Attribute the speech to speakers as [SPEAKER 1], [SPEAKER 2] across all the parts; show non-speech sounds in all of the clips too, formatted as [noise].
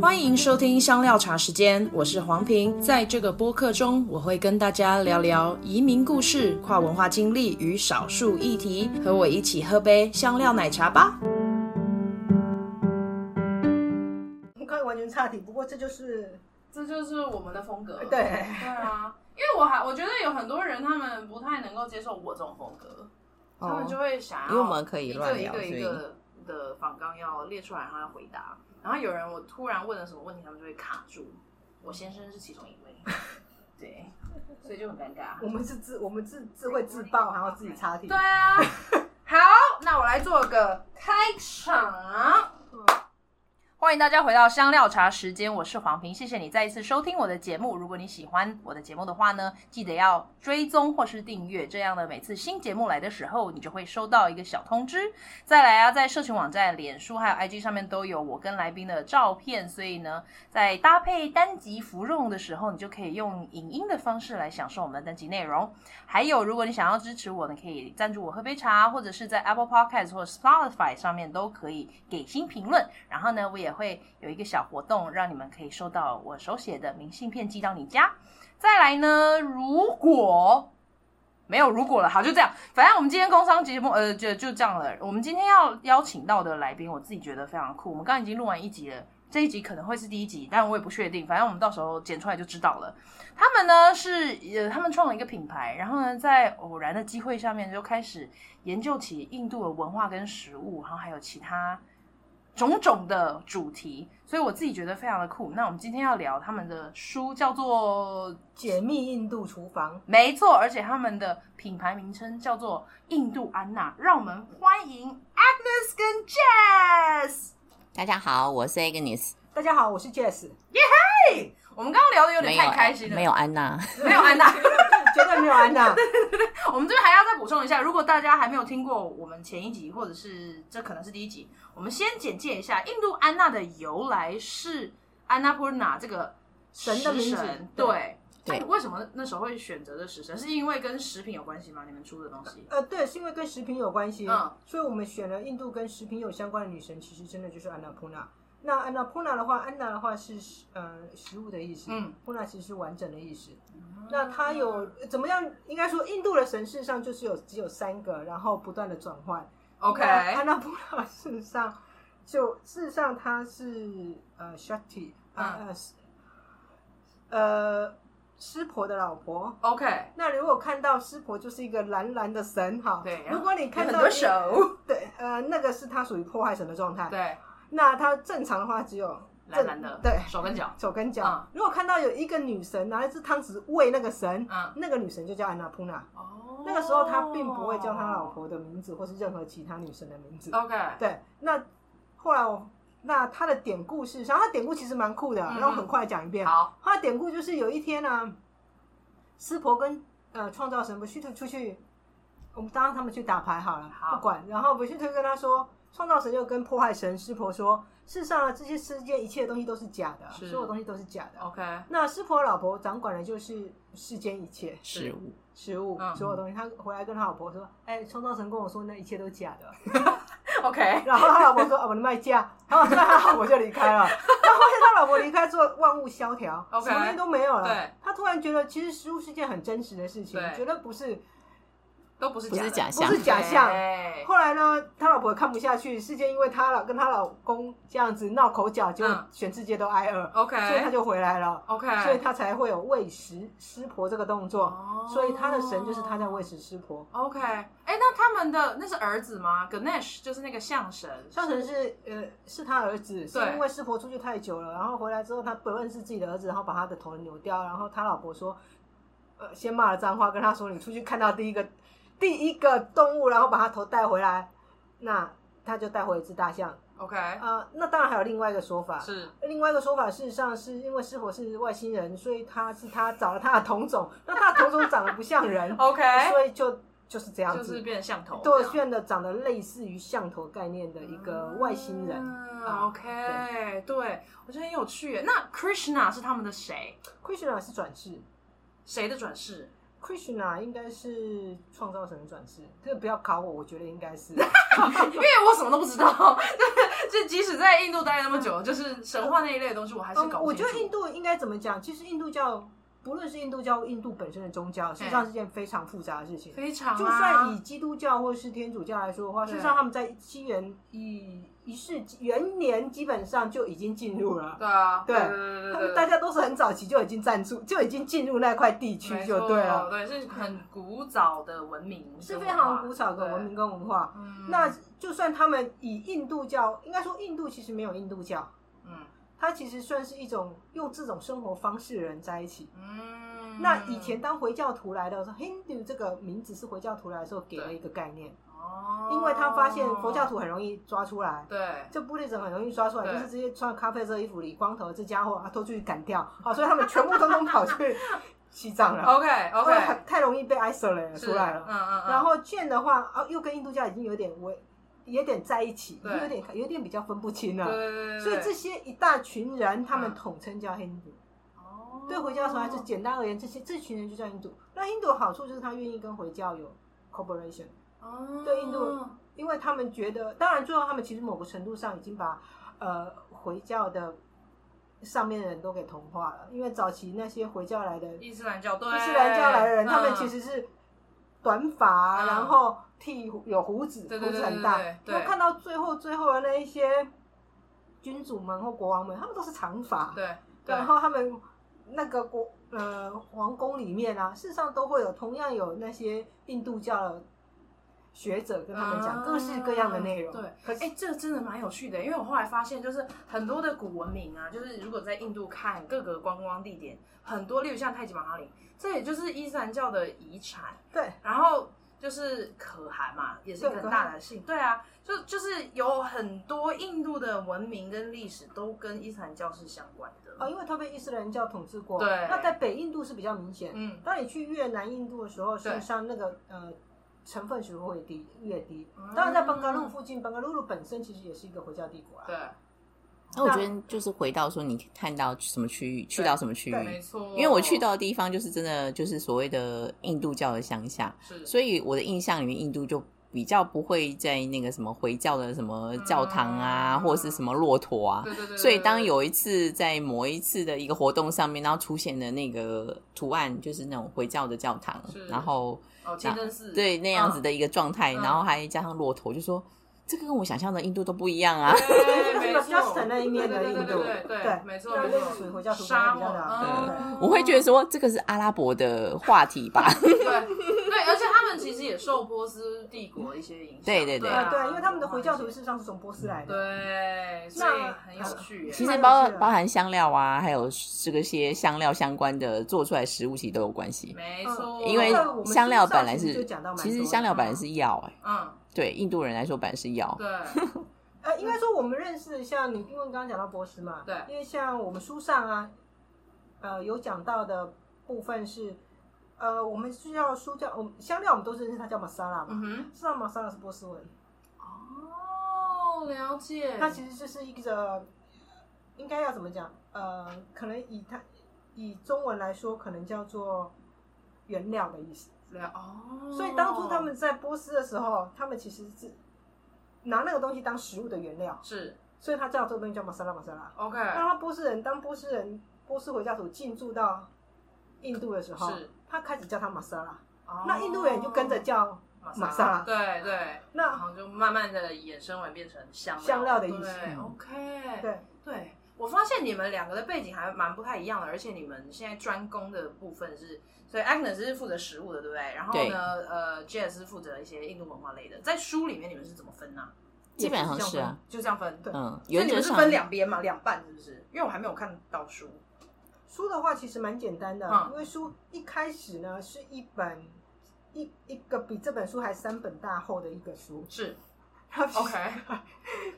[SPEAKER 1] 欢迎收听香料茶时间，我是黄平。在这个播客中，我会跟大家聊聊移民故事、跨文化经历与少数议题。和我一起喝杯香料奶茶吧。
[SPEAKER 2] 快完全差题，不过这就是
[SPEAKER 3] 这就是我们的风
[SPEAKER 4] [laughs]
[SPEAKER 3] 格。
[SPEAKER 2] 对，
[SPEAKER 3] 对啊，因为我还我觉得有很多人他们不太能够接受我这种风格，他们就会想要
[SPEAKER 4] 哦因为我们可以
[SPEAKER 3] 一
[SPEAKER 4] 乱
[SPEAKER 3] 个一
[SPEAKER 4] 聊
[SPEAKER 3] 个一
[SPEAKER 4] 所以
[SPEAKER 3] 个的访纲要列出来，然后要回答。然后有人我突然问了什么问题，他们就会卡住。我先生是其中一位，
[SPEAKER 4] [laughs]
[SPEAKER 3] 对，所以就很尴尬。
[SPEAKER 2] 我们是自我们自自会自爆，然后自己插题
[SPEAKER 3] 对。啊， [laughs] 好，那我来做个开场。欢迎大家回到香料茶时间，我是黄平，谢谢你再一次收听我的节目。如果你喜欢我的节目的话呢，记得要追踪或是订阅，这样呢，每次新节目来的时候，你就会收到一个小通知。再来啊，在社群网站、脸书还有 IG 上面都有我跟来宾的照片，所以呢，在搭配单集服用的时候，你就可以用影音的方式来享受我们的单集内容。还有，如果你想要支持我呢，可以赞助我喝杯茶，或者是在 Apple Podcast 或者 Spotify 上面都可以给新评论。然后呢，我也会有一个小活动，让你们可以收到我手写的明信片寄到你家。再来呢，如果没有如果了，好，就这样。反正我们今天工商节目，呃，就就这样了。我们今天要邀请到的来宾，我自己觉得非常酷。我们刚刚已经录完一集了，这一集可能会是第一集，但我也不确定。反正我们到时候剪出来就知道了。他们呢是呃，他们创了一个品牌，然后呢，在偶然的机会下面就开始研究起印度的文化跟食物，然后还有其他种种的主题，所以我自己觉得非常的酷。那我们今天要聊他们的书叫做
[SPEAKER 2] 解密印度厨房，
[SPEAKER 3] 没错，而且他们的品牌名称叫做印度安娜，让我们欢迎 Agnes 跟 Jess。
[SPEAKER 4] 大家好，我是 Agnes，
[SPEAKER 2] 大家好，我是 Jess，
[SPEAKER 3] 哎我们刚刚聊的有
[SPEAKER 4] 没
[SPEAKER 3] 点
[SPEAKER 4] 有
[SPEAKER 3] 太开心了，
[SPEAKER 4] 没有安娜，
[SPEAKER 3] 没有安娜，
[SPEAKER 2] 绝对没有
[SPEAKER 3] [laughs]
[SPEAKER 2] 安娜。
[SPEAKER 3] 我们这边还要再补充一下，如果大家还没有听过我们前一集，或者是这可能是第一集，我们先简介一下印度安娜的由来是安娜普纳这个
[SPEAKER 2] 神的名字
[SPEAKER 3] 食神对。
[SPEAKER 4] 对
[SPEAKER 3] 哎为什么那时候会选择这食神？是因为跟食品有关系吗？你们出的东西？
[SPEAKER 2] 呃，对，是因为跟食品有关系，
[SPEAKER 3] 嗯
[SPEAKER 2] 所以我们选了印度跟食品有相关的女神，其实真的就是安娜普纳。那安娜普纳的话，安娜的话是呃食物的意思，
[SPEAKER 3] 嗯，
[SPEAKER 2] 普纳其实是完整的意思。那它有怎么样？应该说印度的神事上就是有只有三个，然后不断的转换。
[SPEAKER 3] OK，
[SPEAKER 2] 那安娜普拉事实上，就事实上她是呃 Shakti
[SPEAKER 3] 嗯
[SPEAKER 2] 啊、呃是呃湿婆的老婆。
[SPEAKER 3] OK，
[SPEAKER 2] 那如果看到湿婆就是一个蓝蓝的神哈，
[SPEAKER 3] 对
[SPEAKER 2] 如果你看
[SPEAKER 3] 有
[SPEAKER 2] 到
[SPEAKER 3] 很多
[SPEAKER 2] 一
[SPEAKER 3] 手，
[SPEAKER 2] [laughs] 对，呃，那个是他属于破坏神的状态。
[SPEAKER 3] 对，
[SPEAKER 2] 那他正常的话只有
[SPEAKER 3] 蓝蓝的，
[SPEAKER 2] 对
[SPEAKER 3] 手跟
[SPEAKER 2] [laughs]
[SPEAKER 3] 脚，
[SPEAKER 2] 手跟脚。
[SPEAKER 3] 嗯
[SPEAKER 2] 如果看到有一个女神拿一只汤匙喂那个神，
[SPEAKER 3] 嗯，
[SPEAKER 2] 那个女神就叫安娜普纳。
[SPEAKER 3] 哦
[SPEAKER 2] 那个时候他并不会叫他老婆的名字或是任何其他女神的名字。
[SPEAKER 3] 哦，OK，
[SPEAKER 2] 对，那后来我那他的典故是，然后他典故其实蛮酷的，
[SPEAKER 3] 嗯
[SPEAKER 2] 然后很快讲一遍。
[SPEAKER 3] 好，
[SPEAKER 2] 他的典故就是有一天呢、啊，湿婆跟呃创造神不须特出去，我们当让他们去打牌好了，
[SPEAKER 3] 好
[SPEAKER 2] 不管。然后不须特跟他说，创造神就跟破坏神湿婆说，事实上啊，这些世界一切东西都是假的，
[SPEAKER 3] 是
[SPEAKER 2] 所有东西都是假的。
[SPEAKER 3] OK，
[SPEAKER 2] 那湿婆老婆掌管的就是世间一切
[SPEAKER 4] 食物，
[SPEAKER 2] 食物，
[SPEAKER 3] 嗯
[SPEAKER 2] 所有东西。他回来跟他老婆说：“哎、创造神跟我说，那一切都假的。”
[SPEAKER 3] OK，
[SPEAKER 2] 然后他老婆说：“哦，我的卖价。” [laughs] 然后那他老婆就
[SPEAKER 3] [laughs]
[SPEAKER 2] 离开了。他发现他老婆离开之后，万物萧条
[SPEAKER 3] OK
[SPEAKER 2] 什么东西都没有了。
[SPEAKER 3] 对，
[SPEAKER 2] 他突然觉得，其实食物是件很真实的事情
[SPEAKER 3] 对，
[SPEAKER 2] 绝对不是
[SPEAKER 3] [laughs] 都不是
[SPEAKER 4] 不是
[SPEAKER 3] 假的
[SPEAKER 4] 假
[SPEAKER 2] 不
[SPEAKER 4] 象，
[SPEAKER 2] 是假象。
[SPEAKER 3] 对
[SPEAKER 2] 后来呢，他老婆也看不下去，世界因为他老跟他老公这样子闹口角，结果
[SPEAKER 3] 嗯
[SPEAKER 2] 全世界都挨饿，
[SPEAKER 3] OK，
[SPEAKER 2] 所以他就回来了，
[SPEAKER 3] OK，
[SPEAKER 2] 所以他才会有喂食湿婆这个动作。
[SPEAKER 3] 哦
[SPEAKER 2] 所以他的神就是他在喂。食湿婆。
[SPEAKER 3] OK，哎，那他们的那是儿子吗？Ganesh 就是那个象神，
[SPEAKER 2] 上神是呃是他儿子，是
[SPEAKER 3] 对
[SPEAKER 2] 因为师婆出去太久了，然后回来之后他不认识自己的儿子，然后把他的头扭掉，然后他老婆说，呃先骂了脏话，跟他说你出去看到第一个第一个动物，然后把他头带回来，那他就带回一只大象。
[SPEAKER 3] OK，
[SPEAKER 2] 啊、那当然还有另外一个说法。呃
[SPEAKER 3] 是，
[SPEAKER 2] 另外一个说法，事实上是因为师婆是外星人，所以他是他找了他的同种，那他的同种长得不像人
[SPEAKER 3] OK， [laughs]
[SPEAKER 2] 所以就就是这样
[SPEAKER 3] 就
[SPEAKER 2] 子，
[SPEAKER 3] 是变成象头这
[SPEAKER 2] 对，
[SPEAKER 3] 样，
[SPEAKER 2] 炫的长得类似于象头概念的一个外星人。
[SPEAKER 3] 嗯
[SPEAKER 2] 啊
[SPEAKER 3] OK，对我觉得很有趣耶。那 Krishna 是他们的谁？
[SPEAKER 2] Krishna 是转世
[SPEAKER 3] 谁的转世？
[SPEAKER 2] ，Krishna 应该是创 [laughs] 造神转世。这个不要考我，我觉得应该是。
[SPEAKER 3] 因为我什么都不知道，对，今 [laughs] 就即使在印度待了那么久，就是神话那一类的东西，我还是搞
[SPEAKER 2] 嗯，
[SPEAKER 3] 不
[SPEAKER 2] 我
[SPEAKER 3] 清
[SPEAKER 2] 觉
[SPEAKER 3] 楚。
[SPEAKER 2] 得印度应该怎么讲？其实印度教，不论是印度教、印度本身的宗教，事实上是件非常复杂的事情。
[SPEAKER 3] 非常、啊，
[SPEAKER 2] 就算以基督教或是天主教来说的话，
[SPEAKER 3] 对
[SPEAKER 2] 事实上他们在西元一一世纪元年基本上就已经进入了。
[SPEAKER 3] 对啊，
[SPEAKER 2] 对
[SPEAKER 3] 对对对对
[SPEAKER 2] 他
[SPEAKER 3] 对，
[SPEAKER 2] 们大家都是很早期就已经站住，就已经进入那块地区
[SPEAKER 3] 没
[SPEAKER 2] 就
[SPEAKER 3] 错
[SPEAKER 2] 对了，
[SPEAKER 3] 对，是很古早的文明，
[SPEAKER 2] 是非常古早的文明。跟文化。
[SPEAKER 3] 嗯，
[SPEAKER 2] 那就算他们以印度教，应该说印度其实没有印度教，
[SPEAKER 3] 嗯
[SPEAKER 2] 它其实算是一种用这种生活方式的人在一起。
[SPEAKER 3] 嗯，
[SPEAKER 2] 那以前当回教徒来的时候，Hindu 这个名字是回教徒来的时候给了一个概念，
[SPEAKER 3] 哦，
[SPEAKER 2] 因为他发现佛教徒很容易抓出来，
[SPEAKER 3] 对
[SPEAKER 2] 这布列者很容易抓出来，
[SPEAKER 3] 对
[SPEAKER 2] 就是直接穿咖啡色衣服、理光头，这家伙啊都出去赶掉，好，所以他们全部通通跑去 [laughs] 西藏了，
[SPEAKER 3] 哦，OK
[SPEAKER 2] 因为
[SPEAKER 3] OK，
[SPEAKER 2] 很太容易被 isolate 出来了。
[SPEAKER 3] 嗯嗯，
[SPEAKER 2] 然后卷的话，啊，又跟印度教已经有点为有点在一起，
[SPEAKER 3] 对
[SPEAKER 2] 有点有点比较分不清了。
[SPEAKER 3] 对对对，
[SPEAKER 2] 所以这些一大群人，他们
[SPEAKER 3] 嗯
[SPEAKER 2] 统称叫 Hindu。对
[SPEAKER 3] 哦
[SPEAKER 2] 回教的时候，就简单而言，这些这群人就叫印度。那印度的好处就是他愿意跟回教有 cooperation，对
[SPEAKER 3] 哦
[SPEAKER 2] 印度因为他们觉得，当然最后他们其实某个程度上已经把呃回教的上面的人都给同化了，因为早期那些回教来的伊
[SPEAKER 3] 伊斯兰教对
[SPEAKER 2] 斯兰教来的人，他们其实是短发，
[SPEAKER 3] 嗯
[SPEAKER 2] 然后剃胡有胡子，
[SPEAKER 3] 对
[SPEAKER 2] 胡
[SPEAKER 3] 对
[SPEAKER 2] 子
[SPEAKER 3] 对
[SPEAKER 2] 很大
[SPEAKER 3] 对。对
[SPEAKER 2] 然后看到最后最后的那一些君主们或国王们，他们都是长发。
[SPEAKER 3] 嗯对，
[SPEAKER 2] 然后他们那个国呃皇宫里面啊，事实上都会有同样有那些印度教的学者跟他们讲各式各样的内容。
[SPEAKER 3] 嗯对，
[SPEAKER 2] 可是
[SPEAKER 3] 哎、这个真的蛮有趣的，因为我后来发现，就是很多的古文明啊，就是如果在印度看各个观光地点，很多，例如像太极马哈林，这也就是伊斯兰教的遗产。
[SPEAKER 2] 对
[SPEAKER 3] 然后就是可汗嘛，也是一个很大的姓。对啊，就就是有很多印度的文明跟历史都跟伊斯兰教是相关的。
[SPEAKER 2] 啊，因为他被伊斯兰教统治过，
[SPEAKER 3] 对
[SPEAKER 2] 那在北印度是比较明显。
[SPEAKER 3] 嗯
[SPEAKER 2] 当你去越南、印度的时候，事实
[SPEAKER 3] 对
[SPEAKER 2] 上那个呃。成分是会低越低
[SPEAKER 3] 嗯，
[SPEAKER 2] 当然在邦加路附近，邦加路本身其实也是一个回教帝国啊。
[SPEAKER 3] 对，
[SPEAKER 4] 那我觉得就是回到说，你看到什么区域，去到什么区
[SPEAKER 2] 对
[SPEAKER 4] 域
[SPEAKER 3] 没。错。
[SPEAKER 4] 因为我去到的地方就是真的就是所谓的印度教的乡下，
[SPEAKER 3] 是，
[SPEAKER 4] 所以我的印象里面，印度就比较不会在那个什么回教的什么教堂啊，
[SPEAKER 3] 嗯
[SPEAKER 4] 或是什么骆驼啊。
[SPEAKER 3] 对对对对
[SPEAKER 4] 所以当有一次在某一次的一个活动上面，然后出现的那个图案就是那种回教的教堂
[SPEAKER 3] 是，
[SPEAKER 4] 然后
[SPEAKER 3] 哦清真寺
[SPEAKER 4] 对那样子的一个状态，
[SPEAKER 3] 嗯
[SPEAKER 4] 然后还加上骆驼，就说这个跟我想象的印度都不一样啊。
[SPEAKER 3] 嗯对
[SPEAKER 2] 就是
[SPEAKER 3] 没
[SPEAKER 2] j u
[SPEAKER 3] 错
[SPEAKER 2] s t 那一面的印度，
[SPEAKER 3] 对对对对对，没错
[SPEAKER 2] 那
[SPEAKER 3] 没
[SPEAKER 2] 那
[SPEAKER 3] 错
[SPEAKER 2] 是，属于回教徒比
[SPEAKER 3] 沙
[SPEAKER 2] 较
[SPEAKER 3] 漠
[SPEAKER 2] 大的。对
[SPEAKER 3] 嗯
[SPEAKER 4] [laughs] 我会觉得说这个是阿拉伯的话题吧，
[SPEAKER 3] 对对，而且他们其实也受波斯帝国一些影响。
[SPEAKER 4] 对对对
[SPEAKER 3] 啊
[SPEAKER 2] 啊，对，因为他们的回教徒事实上是从波斯来的。
[SPEAKER 3] 对，所以
[SPEAKER 2] 那
[SPEAKER 3] 很有趣耶。
[SPEAKER 4] 其实
[SPEAKER 2] 蛮有
[SPEAKER 4] 包
[SPEAKER 2] 趣的
[SPEAKER 4] 包含香料啊，还有这个些香料相关的做出来食物，其实都有关系。
[SPEAKER 3] 没
[SPEAKER 2] 嗯
[SPEAKER 3] 错，
[SPEAKER 4] 因为
[SPEAKER 2] 这个我们
[SPEAKER 4] 香料本来
[SPEAKER 2] 上次就是讲到，蛮
[SPEAKER 4] 其实
[SPEAKER 2] 多的
[SPEAKER 4] 香料本来是药哎、
[SPEAKER 3] 嗯，
[SPEAKER 4] 对印度人来说本来是药，
[SPEAKER 3] 对，
[SPEAKER 2] 呃，应该说我们认识像你，因为你刚刚讲到波斯嘛，
[SPEAKER 3] 对
[SPEAKER 2] 因为像我们书上啊，呃，有讲到的部分是，呃，我们需要书叫我们香料，我们都认识它叫 masala 嘛，
[SPEAKER 3] 嗯哼，
[SPEAKER 2] 知道 masala 是波斯文，
[SPEAKER 3] 哦，了解。
[SPEAKER 2] 它其实就是一个呃应该要怎么讲？呃，可能以它以中文来说，可能叫做原料的意思。
[SPEAKER 3] 了哦，
[SPEAKER 2] 所以当初他们在波斯的时候，他们其实是拿那个东西当食物的原料，
[SPEAKER 3] 是
[SPEAKER 2] 所以他叫这个东西叫 masala masala。
[SPEAKER 3] OK，
[SPEAKER 2] 当他波斯人当波斯人波斯回教徒进驻到印度的时候
[SPEAKER 3] 是，
[SPEAKER 2] 他开始叫他 masala，
[SPEAKER 3] 哦
[SPEAKER 2] 那印度人就跟着叫
[SPEAKER 3] 玛
[SPEAKER 2] 玛莎拉
[SPEAKER 3] 对对，然
[SPEAKER 2] 那
[SPEAKER 3] 后就慢慢的衍生为变成香料
[SPEAKER 2] 香料的意思
[SPEAKER 3] 对
[SPEAKER 4] 嗯
[SPEAKER 3] ，OK，
[SPEAKER 2] 对。
[SPEAKER 3] 对，我发现你们两个的背景还蛮不太一样的，而且你们现在专攻的部分是，所以 Agnes 是负责食物的，对不对？然后
[SPEAKER 4] 对
[SPEAKER 3] 呢，呃，Jazz 是负责一些印度文化类的。在书里面你们是怎么分呢、
[SPEAKER 4] 基本上是啊，
[SPEAKER 3] 就这样分，
[SPEAKER 2] 对
[SPEAKER 4] 嗯，
[SPEAKER 3] 所以
[SPEAKER 4] 原
[SPEAKER 3] 你
[SPEAKER 4] 则
[SPEAKER 3] 们是
[SPEAKER 4] 上
[SPEAKER 3] 分两边嘛，两半是不是？因为我还没有看到书，
[SPEAKER 2] 书的话其实蛮简单的，
[SPEAKER 3] 嗯
[SPEAKER 2] 因为书一开始呢是一本一一个比这本书还三本大厚的一
[SPEAKER 3] [laughs]
[SPEAKER 2] 个书，
[SPEAKER 3] 是
[SPEAKER 2] 它其实
[SPEAKER 4] [laughs]
[SPEAKER 3] OK，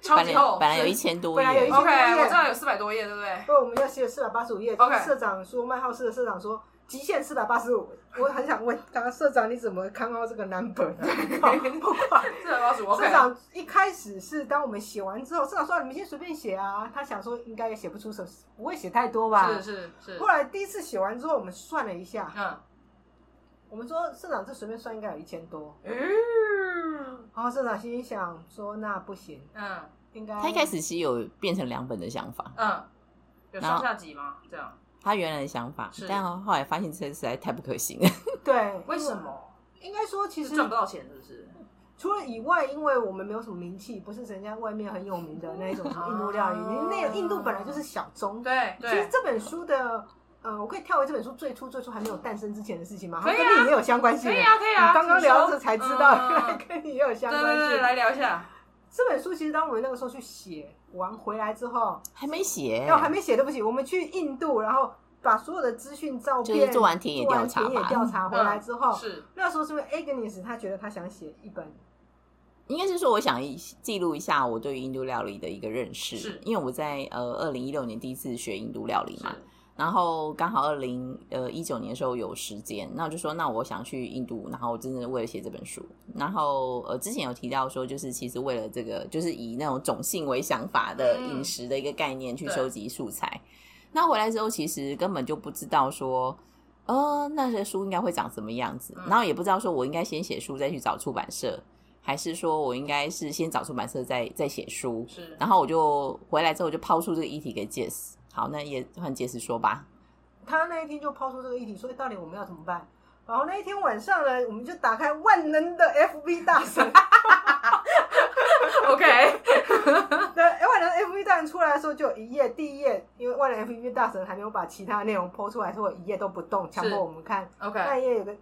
[SPEAKER 3] 超
[SPEAKER 4] 本
[SPEAKER 3] 级
[SPEAKER 4] 来
[SPEAKER 3] 厚，
[SPEAKER 4] 本来有一
[SPEAKER 3] 是
[SPEAKER 4] 千多
[SPEAKER 2] 本来有一
[SPEAKER 4] 页
[SPEAKER 2] 千，多
[SPEAKER 3] OK，
[SPEAKER 2] 页
[SPEAKER 3] 我知道有四百多页，对不对？
[SPEAKER 2] 所以我们要写四百八十五页。
[SPEAKER 3] OK
[SPEAKER 2] 社长说，麦浩社的社长说，极限四百八十五。我很想问刚刚社长，你怎么看到这个 number
[SPEAKER 3] [laughs]
[SPEAKER 2] 呢？ [laughs] 好不管
[SPEAKER 3] 四百八十五，OK，
[SPEAKER 2] 社长一开始是当我们写完之后，社长说、啊你们先随便写啊，他想说应该也写不出什么，不会写太多吧。
[SPEAKER 3] 是是是，
[SPEAKER 2] 后来第一次写完之后，我们算了一下，
[SPEAKER 3] 嗯，
[SPEAKER 2] 我们说社长这随便算应该有一千多。
[SPEAKER 3] 嗯
[SPEAKER 2] 哦然后社长心里想说那不行，
[SPEAKER 3] 嗯，
[SPEAKER 2] 应该
[SPEAKER 4] 他一开始其实有变成两本的想法，
[SPEAKER 3] 嗯，有
[SPEAKER 4] 然后
[SPEAKER 3] 上下集吗？这样
[SPEAKER 4] 他原来的想法
[SPEAKER 3] 是，
[SPEAKER 4] 但后来发现这实在太不可行了。
[SPEAKER 2] 对，
[SPEAKER 3] 为什？么？
[SPEAKER 2] 应该说，其
[SPEAKER 3] 是
[SPEAKER 2] 实
[SPEAKER 3] 赚不到钱是不是？
[SPEAKER 2] 除了以外，因为我们没有什么名气，不是人家外面很有名的那一种什么印度料理，
[SPEAKER 3] 哦
[SPEAKER 2] 那个印度本来就是小众。
[SPEAKER 3] 对
[SPEAKER 2] 其实
[SPEAKER 3] 对，
[SPEAKER 2] 这本书的，呃，我可以跳回这本书最初最初还没有诞生之前的事情吗？
[SPEAKER 3] 可以啊
[SPEAKER 2] 它跟你也有相关性
[SPEAKER 3] 可以啊可以啊，
[SPEAKER 2] 你刚刚
[SPEAKER 3] 请说
[SPEAKER 2] 聊着才知道，
[SPEAKER 3] 嗯
[SPEAKER 2] 原来 [laughs] 跟你也有相
[SPEAKER 3] 对
[SPEAKER 2] 关
[SPEAKER 3] 对对，
[SPEAKER 2] 性。
[SPEAKER 3] 来聊一下。
[SPEAKER 2] 这本书其实当我们那个时候去写完回来之后，
[SPEAKER 4] 还没写，
[SPEAKER 2] 哦然后还没写，对不起，我们去印度，然后把所有的资讯、照片，
[SPEAKER 4] 就是做完田野
[SPEAKER 2] 做完
[SPEAKER 4] 调查
[SPEAKER 2] 田野
[SPEAKER 4] 吧嗯
[SPEAKER 2] 调查回来之后，
[SPEAKER 3] 是
[SPEAKER 2] 那时候是因为 Agnes 她觉得她想写一本，
[SPEAKER 4] 应该是说，我想一记录一下我对于印度料理的一个认识，
[SPEAKER 3] 是
[SPEAKER 4] 因为我在呃二零一六年第一次学印度料理嘛，
[SPEAKER 3] 是
[SPEAKER 4] 然后刚好二零呃一九年的时候有时间，那我就说那我想去印度，然后真的为了写这本书，然后呃之前有提到说，就是其实为了这个，就是以那种种姓为想法的
[SPEAKER 3] 嗯
[SPEAKER 4] 饮食的一个概念去
[SPEAKER 3] 对
[SPEAKER 4] 收集素材，那回来之后其实根本就不知道说。呃，那些书应该会长什么样子？
[SPEAKER 3] 嗯
[SPEAKER 4] 然后也不知道说我应该先写书再去找出版社，还是说我应该是先找出版社再再写书？
[SPEAKER 3] 是，
[SPEAKER 4] 然后我就回来之后我就抛出这个议题给 Jess。好，那也换 Jess 说吧。
[SPEAKER 2] 她那一天就抛出这个议题，说到底我们要怎么办？然后那一天晚上呢，我们就打开万能
[SPEAKER 4] [laughs]
[SPEAKER 2] 的 FB 大神，
[SPEAKER 3] [laughs] 后 OK，
[SPEAKER 2] 对，万能 FB 大神出来的时候，就有一页，第一页，因为万能 FB 大神还没有把其他内容抛出来，所以我一页都不动，强迫我们看。那
[SPEAKER 3] OK，
[SPEAKER 2] 一页有个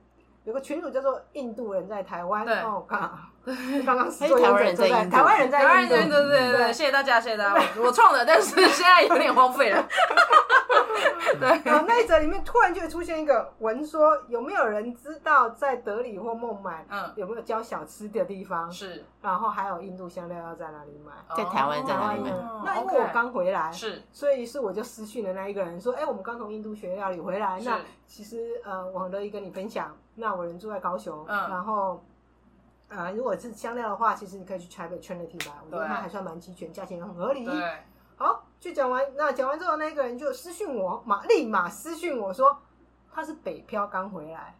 [SPEAKER 2] 有个群主叫做印度人在台湾，
[SPEAKER 3] 对
[SPEAKER 2] 哦，刚 [laughs] 刚刚
[SPEAKER 4] 还有台湾人在
[SPEAKER 2] 坐在
[SPEAKER 4] 印度
[SPEAKER 2] 哎台湾人
[SPEAKER 3] 当
[SPEAKER 2] 在
[SPEAKER 3] 然
[SPEAKER 2] 印
[SPEAKER 3] 啊对对 [laughs]
[SPEAKER 2] 度，
[SPEAKER 3] 对对，
[SPEAKER 2] 对
[SPEAKER 3] 谢谢大家，谢谢大家，我我创的，但是现在有点荒废了。对，
[SPEAKER 2] [laughs] 然后那一则里面突然就会出现一个文说，有没有人知道在德里或孟买
[SPEAKER 3] 嗯，
[SPEAKER 2] 有没有教小吃的地方？
[SPEAKER 3] 是
[SPEAKER 2] 然后还有印度香料要在哪里买？
[SPEAKER 4] 在台湾在
[SPEAKER 2] 台
[SPEAKER 4] 哪
[SPEAKER 2] 湾
[SPEAKER 4] 里买
[SPEAKER 2] 人
[SPEAKER 3] 哦，
[SPEAKER 2] 那因为我
[SPEAKER 3] OK
[SPEAKER 2] 刚回来，
[SPEAKER 3] 是
[SPEAKER 2] 所以是我就私讯了那一个人说，哎，我们刚从印度学料理回来，
[SPEAKER 3] 是
[SPEAKER 2] 那其实呃，我很乐意跟你分享。那我人住在高雄，
[SPEAKER 3] 嗯
[SPEAKER 2] 然后。啊，如果是香料的话，其实你可以去台北 Trinity 吧，我觉得
[SPEAKER 3] 对
[SPEAKER 2] 它还算蛮齐全，价钱也很合理。
[SPEAKER 3] 对，
[SPEAKER 2] 好，就讲完，那讲完之后，那个人就私讯我，马立马私讯我说他是北漂刚回来，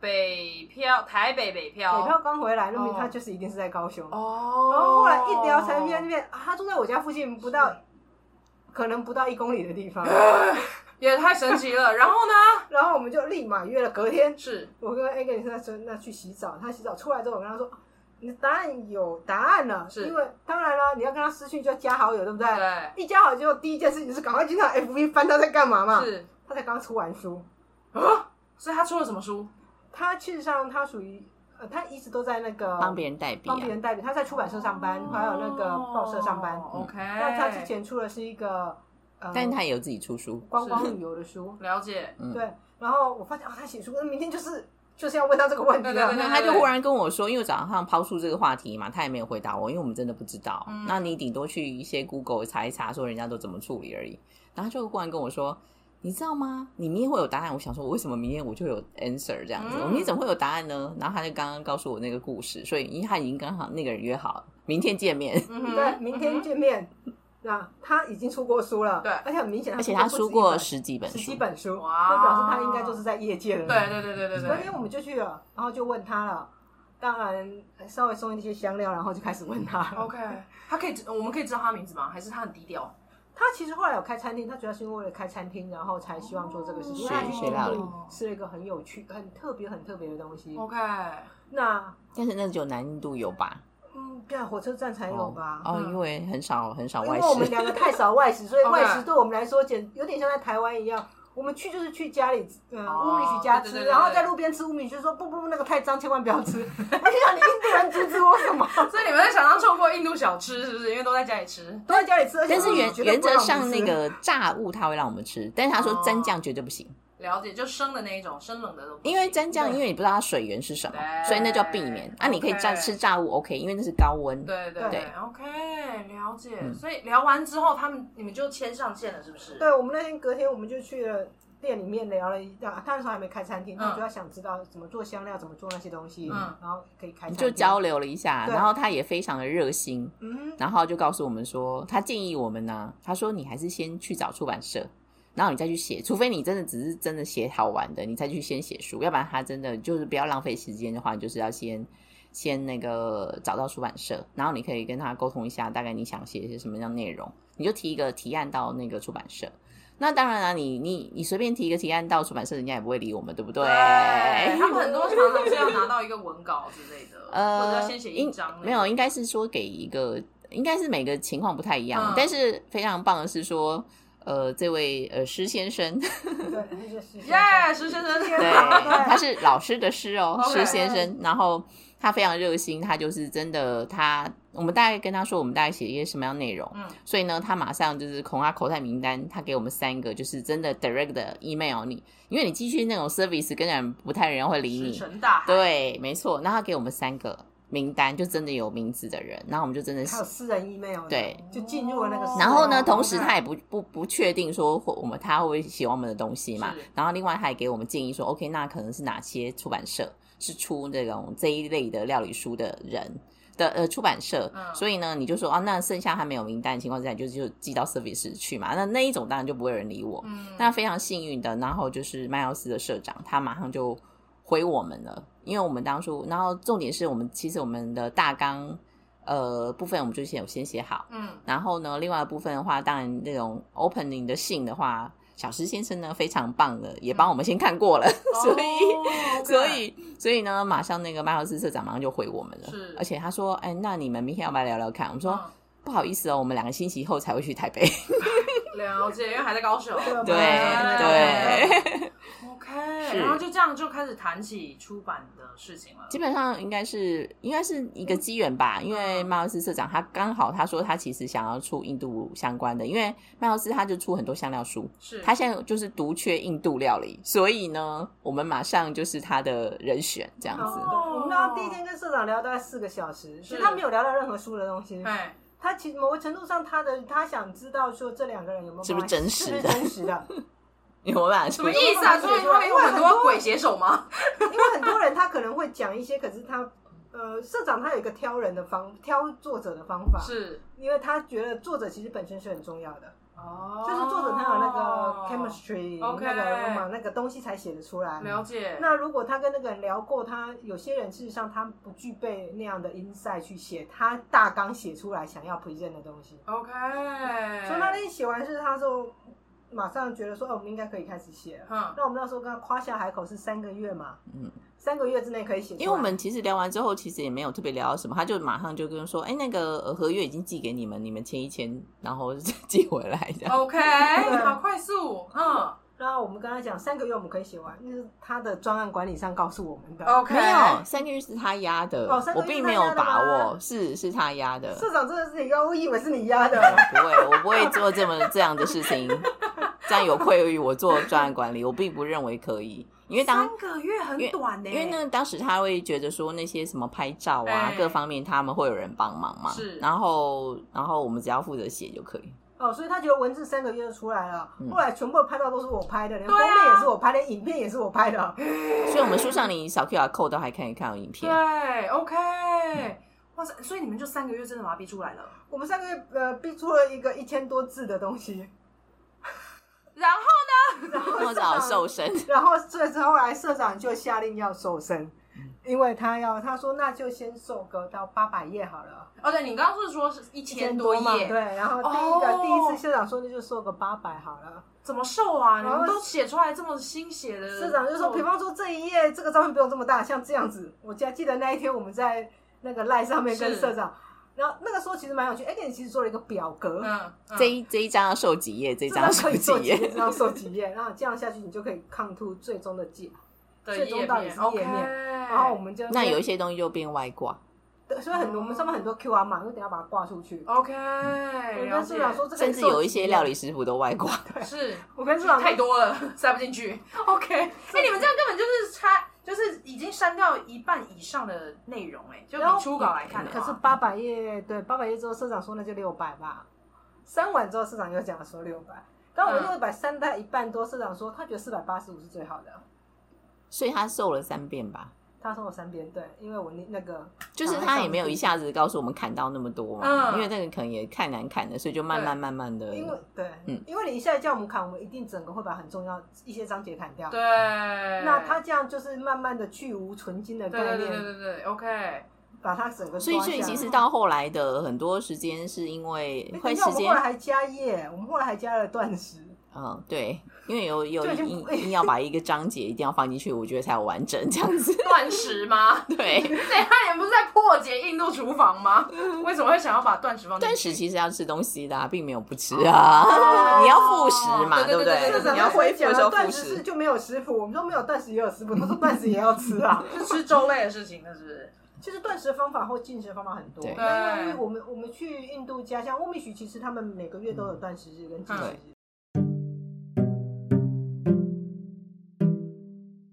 [SPEAKER 3] 北漂，台北北漂，
[SPEAKER 2] 北漂刚回来，那么
[SPEAKER 3] 哦
[SPEAKER 2] 他就是一定是在高雄。
[SPEAKER 3] 哦，
[SPEAKER 2] 然后后来一聊才发现，啊，他住在我家附近，不到可能不到一公里的地方。
[SPEAKER 3] 也太神奇了。然后呢？
[SPEAKER 2] 然后我们就立马约了隔天， [laughs]
[SPEAKER 3] 是
[SPEAKER 2] 我跟 A 跟那时候那去洗澡，他洗澡出来之后，我跟他说。你的答案有答案了，
[SPEAKER 3] 是
[SPEAKER 2] 因为当然了，你要跟他私讯就要加好友，对不对？
[SPEAKER 3] 对，
[SPEAKER 2] 一加好友，第一件事情是赶快去他 FB 翻他在干嘛嘛。
[SPEAKER 3] 是，
[SPEAKER 2] 他才刚出完书，
[SPEAKER 3] 所以他出了什么书？
[SPEAKER 2] 他事实上他属于呃，他一直都在那个
[SPEAKER 4] 帮别人代笔啊哦
[SPEAKER 2] 帮，别人代理，他在出版社上班，还有那个报社上班。
[SPEAKER 3] 哦 OK，
[SPEAKER 2] 那他之前出的是一个呃，
[SPEAKER 4] 哎但他也有自己出书。
[SPEAKER 2] 观光旅游的书，
[SPEAKER 3] 了解，
[SPEAKER 4] 嗯
[SPEAKER 2] 对。然后我发现啊，他写书，那明天就是就是要问他这个问题
[SPEAKER 3] 对对
[SPEAKER 2] 了。
[SPEAKER 3] 对
[SPEAKER 4] 那他就忽然跟我说，因为我早上抛出这个话题嘛，他也没有回答我，因为我们真的不知道。
[SPEAKER 3] 嗯
[SPEAKER 4] 那你顶多去一些 Google 查一查，说人家都怎么处理而已。然后他就忽然跟我说，你知道吗？你明天会有答案。我想说，我为什么明天我就有 answer 这样子？
[SPEAKER 3] 嗯
[SPEAKER 4] 我明天怎么会有答案呢？然后他就刚刚告诉我那个故事，所以因为他已经刚好那个人约好了，明天见面。
[SPEAKER 3] 嗯哼
[SPEAKER 2] 对，明天见面。那他已经出过书了，
[SPEAKER 3] 对
[SPEAKER 2] 而且很明显，
[SPEAKER 4] 而且他出过
[SPEAKER 2] 十
[SPEAKER 4] 十几本
[SPEAKER 2] 十
[SPEAKER 4] 书
[SPEAKER 2] 几，本书，就
[SPEAKER 3] 哇
[SPEAKER 2] 表示他应该就是在业界的人。
[SPEAKER 3] 对对对对对
[SPEAKER 2] 那
[SPEAKER 3] 对
[SPEAKER 2] 天我们就去了，然后就问他了，当然稍微送一些香料，然后就开始问他。
[SPEAKER 3] ，OK，他可以知，我们可以知道他的名字吗？还是他很低调？
[SPEAKER 2] 他其实后来有开餐厅，他主要是因为了开餐厅，然后才希望做这个事情。因为他
[SPEAKER 4] 哦学
[SPEAKER 2] 去
[SPEAKER 4] 学料
[SPEAKER 2] 印
[SPEAKER 4] 理
[SPEAKER 2] 度
[SPEAKER 3] 哦
[SPEAKER 2] 吃了一个很有趣、很特别、很特别的东西。
[SPEAKER 3] OK，
[SPEAKER 2] 那
[SPEAKER 4] 但是那只有南印度有吧？
[SPEAKER 2] 嗯，对啊，火车站才有吧？
[SPEAKER 4] 哦，
[SPEAKER 3] 嗯
[SPEAKER 4] 因为很少很少
[SPEAKER 2] 因
[SPEAKER 4] 外哦
[SPEAKER 2] 为我们
[SPEAKER 4] 食，
[SPEAKER 2] 两个太少外食，
[SPEAKER 4] [laughs]
[SPEAKER 2] 所以
[SPEAKER 3] OK
[SPEAKER 2] 外食对我们来说简有点像在台湾一样。我们去就是去家里，嗯，
[SPEAKER 3] 哦
[SPEAKER 2] 乌米许家
[SPEAKER 3] 对对对
[SPEAKER 2] 吃，
[SPEAKER 3] 对
[SPEAKER 2] 然后在路边吃乌米许，说不不不，那个太脏，千万不要吃。 [laughs] 我就想你印度人阻止我什
[SPEAKER 4] [laughs]
[SPEAKER 2] 么？
[SPEAKER 3] 所以你们在想要透过印度小吃，是不是？因为都在家里吃。
[SPEAKER 2] 都在家里吃，而且
[SPEAKER 4] 但是原
[SPEAKER 2] 绝对
[SPEAKER 4] 原
[SPEAKER 2] 不会
[SPEAKER 4] 则
[SPEAKER 2] 让我们
[SPEAKER 4] 上那
[SPEAKER 2] 吃
[SPEAKER 4] 个炸物他会让我们吃，但是他说
[SPEAKER 3] 哦
[SPEAKER 4] 蘸酱绝对不行，
[SPEAKER 3] 了解，就生的那一种，生冷的都不行
[SPEAKER 4] 因为蘸酱因为你不知道它水源是什么，
[SPEAKER 3] 对
[SPEAKER 4] 所以那就要避免。啊，你可以蘸
[SPEAKER 3] OK
[SPEAKER 4] 吃炸物 OK，因为那是高温。
[SPEAKER 3] 对对
[SPEAKER 4] 对
[SPEAKER 3] o k 了解。
[SPEAKER 4] 嗯
[SPEAKER 3] 所以聊完之后，他们你们就签上线了，是不是？
[SPEAKER 2] 对，我们那天隔天我们就去了店里面聊了一下，他那时候还没开餐
[SPEAKER 4] 嗯
[SPEAKER 2] 厅，他主要想知道怎么做香料，怎么做那些东西，
[SPEAKER 3] 嗯
[SPEAKER 2] 然后可以开餐厅。
[SPEAKER 4] 就交流了一下，
[SPEAKER 2] 对
[SPEAKER 4] 然后他也非常的热心，
[SPEAKER 2] 嗯，
[SPEAKER 4] 然后就告诉我们说，他建议我们呢、他说你还是先去找出版社，然后你再去写，除非你真的只是真的写好玩的，你再去先写书，要不然他真的就是不要浪费时间的话，你就是要先先那个找到出版社，然后你可以跟他沟通一下，大概你想写一些什么样的内容，你就提一个提案到那个出版社。那当然啦、你你你随便提一个提案到出版社，人家也不会理我们，对不对？
[SPEAKER 3] 他们很多常常是要拿到一个文稿之类的，
[SPEAKER 4] 呃，
[SPEAKER 3] 或者要先写一
[SPEAKER 4] 应
[SPEAKER 3] 张那个。
[SPEAKER 4] 没有，应该是说给一个，应该是每个情况不太一样，
[SPEAKER 3] 嗯
[SPEAKER 4] 但是非常棒的是说，呃，这位呃施先生，
[SPEAKER 2] 对，这
[SPEAKER 4] [laughs]
[SPEAKER 2] 就是
[SPEAKER 3] 耶，石先生，
[SPEAKER 4] 对， [laughs] 他是老师的师哦，
[SPEAKER 3] [laughs] OK
[SPEAKER 4] 施先生，然后他非常热心，他就是真的，他我们大概跟他说我们大概写一些什么样的内容，
[SPEAKER 3] 嗯
[SPEAKER 4] 所以呢，他马上就是从他口袋名单，他给我们三个，就是真的 direct 的 email 你，因为你继续那种 service 根本不太人家会理
[SPEAKER 3] 石
[SPEAKER 4] 你，
[SPEAKER 3] 沉大海。
[SPEAKER 4] 对，没错。那他给我们三个名单，就真的有名字的人，然后我们就真的
[SPEAKER 2] 还
[SPEAKER 4] 是
[SPEAKER 2] 有。私人 email，的
[SPEAKER 4] 对
[SPEAKER 2] 就进入了那个私人嗯 email。
[SPEAKER 4] 然后呢，
[SPEAKER 3] 哦
[SPEAKER 4] 同时
[SPEAKER 3] 那
[SPEAKER 4] 他也不不不确定说会我们他会不会喜欢我们的东西嘛
[SPEAKER 3] 是。
[SPEAKER 4] 然后另外他还给我们建议说，OK，那可能是哪些出版社是出这种这一类的料理书的人的呃出版社，
[SPEAKER 3] 嗯
[SPEAKER 4] 所以呢你就说啊，那剩下他没有名单的情况之下，你就就寄到 service 去嘛。那那一种当然就不会有人理我。
[SPEAKER 3] 嗯，
[SPEAKER 4] 那非常幸运的，然后就是麦奥斯的社长，他马上就回我们了，因为我们当初，然后重点是我们其实我们的大纲呃部分我们就先有先写好，
[SPEAKER 3] 嗯
[SPEAKER 4] 然后呢，另外一部分的话，当然那种 opening 的信的话，小石先生呢非常棒的，也帮我们先看过
[SPEAKER 3] 嗯
[SPEAKER 4] 了， [laughs]
[SPEAKER 3] 哦
[SPEAKER 4] [laughs]
[SPEAKER 3] 以
[SPEAKER 4] 所以。所以，所以呢，马上那个麦奥斯社长马上就回我们了，
[SPEAKER 3] 是嗯
[SPEAKER 4] 而且他说，哎，那你们明天要不要聊聊看？我们说、不好意思哦，我们两个星期后才会去台北。
[SPEAKER 3] 嗯了解，因为还在高雄。
[SPEAKER 2] 对
[SPEAKER 4] 对
[SPEAKER 3] 哎
[SPEAKER 4] 对，
[SPEAKER 3] OK，
[SPEAKER 4] [laughs] 是
[SPEAKER 3] 然后就这样就开始谈起出版的事情了。
[SPEAKER 4] 基本上应该是应该是一个机缘吧，因为麦奥斯社长他刚好他说他其实想要出印度相关的，因为麦奥斯他就出很多香料书，
[SPEAKER 3] 是
[SPEAKER 4] 他现在就是独缺印度料理，所以呢，我们马上就是他的人选这样子。
[SPEAKER 2] 哦我们刚刚第一天跟社长聊大概四个小时，其实他没有聊到任何书的东西。
[SPEAKER 3] 哎，
[SPEAKER 2] 他其实某个程度上，他的他想知道说这两个人有没有
[SPEAKER 4] 是不是
[SPEAKER 2] 办法
[SPEAKER 4] 真实的
[SPEAKER 2] 是不是真实
[SPEAKER 4] [laughs]
[SPEAKER 2] 的？
[SPEAKER 4] 有没有办法
[SPEAKER 3] 什
[SPEAKER 4] 说
[SPEAKER 3] 么意思啊？所以他们有很多鬼写手
[SPEAKER 2] [laughs]
[SPEAKER 3] 吗？
[SPEAKER 2] 因为很多人他可能会讲一些，可是他呃，社长他有一个挑人的方挑作者的方法，
[SPEAKER 3] 是
[SPEAKER 2] 因为他觉得作者其实本身是很重要的，
[SPEAKER 3] 哦
[SPEAKER 2] 就是作者他有那个 chemistry、
[SPEAKER 3] OK
[SPEAKER 2] 那个嘛那个东西才写得出来。
[SPEAKER 3] 了解。
[SPEAKER 2] 那如果他跟那个人聊过，他有些人事实上他不具备那样的 insight 去写他大纲写出来想要 present 的东西，
[SPEAKER 3] OK，
[SPEAKER 2] 所以那天写完是他就马上觉得说，哦，我们应该可以开始写了。 [laughs]
[SPEAKER 3] 嗯
[SPEAKER 2] 那我们那时候跟他夸下海口是三个月嘛，
[SPEAKER 4] 嗯，
[SPEAKER 2] 三个月之内可以写出来，
[SPEAKER 4] 因为我们其实聊完之后，其实也没有特别聊到什么，他就马上就跟说，哎、那个呃合约已经寄给你们，你们签一签，然后 [laughs] 寄回来
[SPEAKER 2] 哦
[SPEAKER 4] 这样。
[SPEAKER 3] OK，好快速，嗯
[SPEAKER 2] 然后我们跟他讲，三个月我们可以写完，那是他的专案管理上告诉我们的。
[SPEAKER 3] ，OK，
[SPEAKER 4] 没有，三个月是他压的，
[SPEAKER 2] 哦三个
[SPEAKER 4] 我
[SPEAKER 2] 月是
[SPEAKER 4] 并
[SPEAKER 2] 他
[SPEAKER 4] 没有
[SPEAKER 2] 压的
[SPEAKER 4] 把
[SPEAKER 2] 吗
[SPEAKER 4] 握，是是他压的，
[SPEAKER 2] 社长真的是你压，我以为是你
[SPEAKER 4] [laughs]
[SPEAKER 2] 压的。
[SPEAKER 3] [laughs]
[SPEAKER 4] 不会，我不会做这么这样的事情，这样有愧于我做专案管理，我并不认为可以，因为当
[SPEAKER 3] 个月很短呢
[SPEAKER 4] 因为那当时他会觉得说那些什么拍照啊、
[SPEAKER 3] 哎
[SPEAKER 4] 各方面他们会有人帮忙嘛，
[SPEAKER 3] 是
[SPEAKER 4] 然后然后我们只要负责写就可以，
[SPEAKER 2] 哦，所以他觉得文字三个月就出来了，
[SPEAKER 4] 嗯
[SPEAKER 2] 后来全部的拍照都是我拍的，连
[SPEAKER 3] 对
[SPEAKER 2] 封
[SPEAKER 3] 啊
[SPEAKER 2] 面也是我拍的，影片也是我拍的。
[SPEAKER 4] 所以我们书上你扫 QR code 都还可以看到影片，
[SPEAKER 3] 对，OK，哇塞，所以你们就三个月真的把它逼出来了。
[SPEAKER 2] 我们三个月呃逼出了一个一千多字的东西， [laughs]
[SPEAKER 3] 然后
[SPEAKER 2] 然后
[SPEAKER 4] 或
[SPEAKER 2] 社
[SPEAKER 4] 者好
[SPEAKER 2] 长
[SPEAKER 4] 瘦 [laughs] 身，
[SPEAKER 2] 然后所以后来社长就下令要瘦身，
[SPEAKER 4] 嗯
[SPEAKER 2] 因为他要他说那就先瘦个到八百页好了，
[SPEAKER 3] 哦，对，你刚刚是说是一千多
[SPEAKER 2] 嘛，对。
[SPEAKER 3] 页，
[SPEAKER 2] 然后第一个、
[SPEAKER 3] 哦
[SPEAKER 2] 第一次社长说那就瘦个八百好了。
[SPEAKER 3] 怎么瘦啊？你
[SPEAKER 2] 然
[SPEAKER 3] 们
[SPEAKER 2] 后
[SPEAKER 3] 都写出来这么新写的，
[SPEAKER 2] 社长就说，比方说这一页这个照片不用这么大，像这样子。我记记得那一天我们在那个赖上面跟
[SPEAKER 3] 是
[SPEAKER 2] 社长，然后那个时候其实蛮有趣，哎，你其实做了一个表格，
[SPEAKER 3] 嗯，嗯
[SPEAKER 4] 这一这一张要瘦几页，这一
[SPEAKER 2] 这
[SPEAKER 4] 张要
[SPEAKER 2] 张
[SPEAKER 4] 瘦
[SPEAKER 2] 可以做
[SPEAKER 4] 几
[SPEAKER 2] 几
[SPEAKER 4] [laughs]
[SPEAKER 2] 页，
[SPEAKER 4] 页，
[SPEAKER 2] 这张瘦几页，然后这样下去你就可以抗突最终的解。
[SPEAKER 3] 对
[SPEAKER 2] 最
[SPEAKER 3] 页
[SPEAKER 2] 终到底
[SPEAKER 3] 面
[SPEAKER 2] 是
[SPEAKER 3] ，OK，
[SPEAKER 2] 页面然后我们就
[SPEAKER 4] 那有一些东西就变外挂，
[SPEAKER 2] 对所以很多我们上面很多 QR 码，因为等一下把它挂出去。
[SPEAKER 3] OK，
[SPEAKER 2] 嗯我
[SPEAKER 3] 然
[SPEAKER 2] 跟
[SPEAKER 3] 后
[SPEAKER 2] 社长说，这个
[SPEAKER 4] 甚至有一些料
[SPEAKER 2] 理，
[SPEAKER 4] 理师傅都外挂，
[SPEAKER 3] 是
[SPEAKER 2] 我跟社长
[SPEAKER 3] 太多了， [laughs] 塞不进去。OK，哎、你们这样根本就是拆，就是已经删掉一半以上的内容、哎，就
[SPEAKER 2] 然后
[SPEAKER 3] 你初稿来看的啊话，
[SPEAKER 2] 可是八百页，对，八百页之后社长说那就六百吧。删完之后社长又讲说六百，但我
[SPEAKER 3] 嗯
[SPEAKER 2] 六百删到一半多，社长说他觉得四百八十五是最好的。
[SPEAKER 4] 所以他瘦了三遍吧，
[SPEAKER 2] 他说我三边对，因为我那那个
[SPEAKER 4] 就是他也没有一下子告诉我们砍到那么多嘛，
[SPEAKER 3] 嗯
[SPEAKER 4] 因为那个可能也太难砍了，所以就慢慢慢慢的，
[SPEAKER 2] 因为对，
[SPEAKER 4] 嗯
[SPEAKER 2] 因为你一下叫我们砍，我们一定整个会把很重要一些章节砍掉。
[SPEAKER 3] 对，
[SPEAKER 2] 那他这样就是慢慢的去无存精的
[SPEAKER 3] 对对
[SPEAKER 2] 概
[SPEAKER 3] 对对
[SPEAKER 2] 念，
[SPEAKER 3] 对对，OK，
[SPEAKER 2] 把它整个
[SPEAKER 4] 所以
[SPEAKER 2] 抓
[SPEAKER 4] 所以
[SPEAKER 2] 下
[SPEAKER 4] 其实
[SPEAKER 2] 来
[SPEAKER 4] 到后来的很多时间是因为
[SPEAKER 2] 哎等
[SPEAKER 4] 会
[SPEAKER 2] 一下
[SPEAKER 4] 时
[SPEAKER 2] 我们
[SPEAKER 4] 间
[SPEAKER 2] 后来还加夜，我们后来还加了断食。
[SPEAKER 4] 嗯，对，因为有有
[SPEAKER 2] 就已经
[SPEAKER 4] 硬
[SPEAKER 2] 不
[SPEAKER 4] 硬要把一个章节一定要放进去，我觉得才有完整这样子。
[SPEAKER 3] 断食吗？ [laughs]
[SPEAKER 4] 对，
[SPEAKER 3] 等一下你们不是在破解印度厨房吗？为什么会想要把断食放进去？
[SPEAKER 4] 断食嗯其实要吃东西的、啊，并没有不吃啊，你要复食嘛，
[SPEAKER 3] 对
[SPEAKER 4] 不
[SPEAKER 3] 对对
[SPEAKER 4] 对
[SPEAKER 3] 对对？
[SPEAKER 4] 你要恢复
[SPEAKER 2] 讲
[SPEAKER 4] 的时候
[SPEAKER 2] 断
[SPEAKER 4] 复
[SPEAKER 2] 食是
[SPEAKER 4] 食。
[SPEAKER 2] 就没有食谱，我们说没有断食也有食谱，他 [laughs] 说断食也要吃
[SPEAKER 4] [laughs]
[SPEAKER 2] 啊。
[SPEAKER 3] 是吃粥类的事情，那是不是？
[SPEAKER 2] 其实断食方法或进食方法很多，
[SPEAKER 4] 对
[SPEAKER 2] 那因为我们我们去印度家乡乌米许，其实他们每个月都有断食日跟进食日。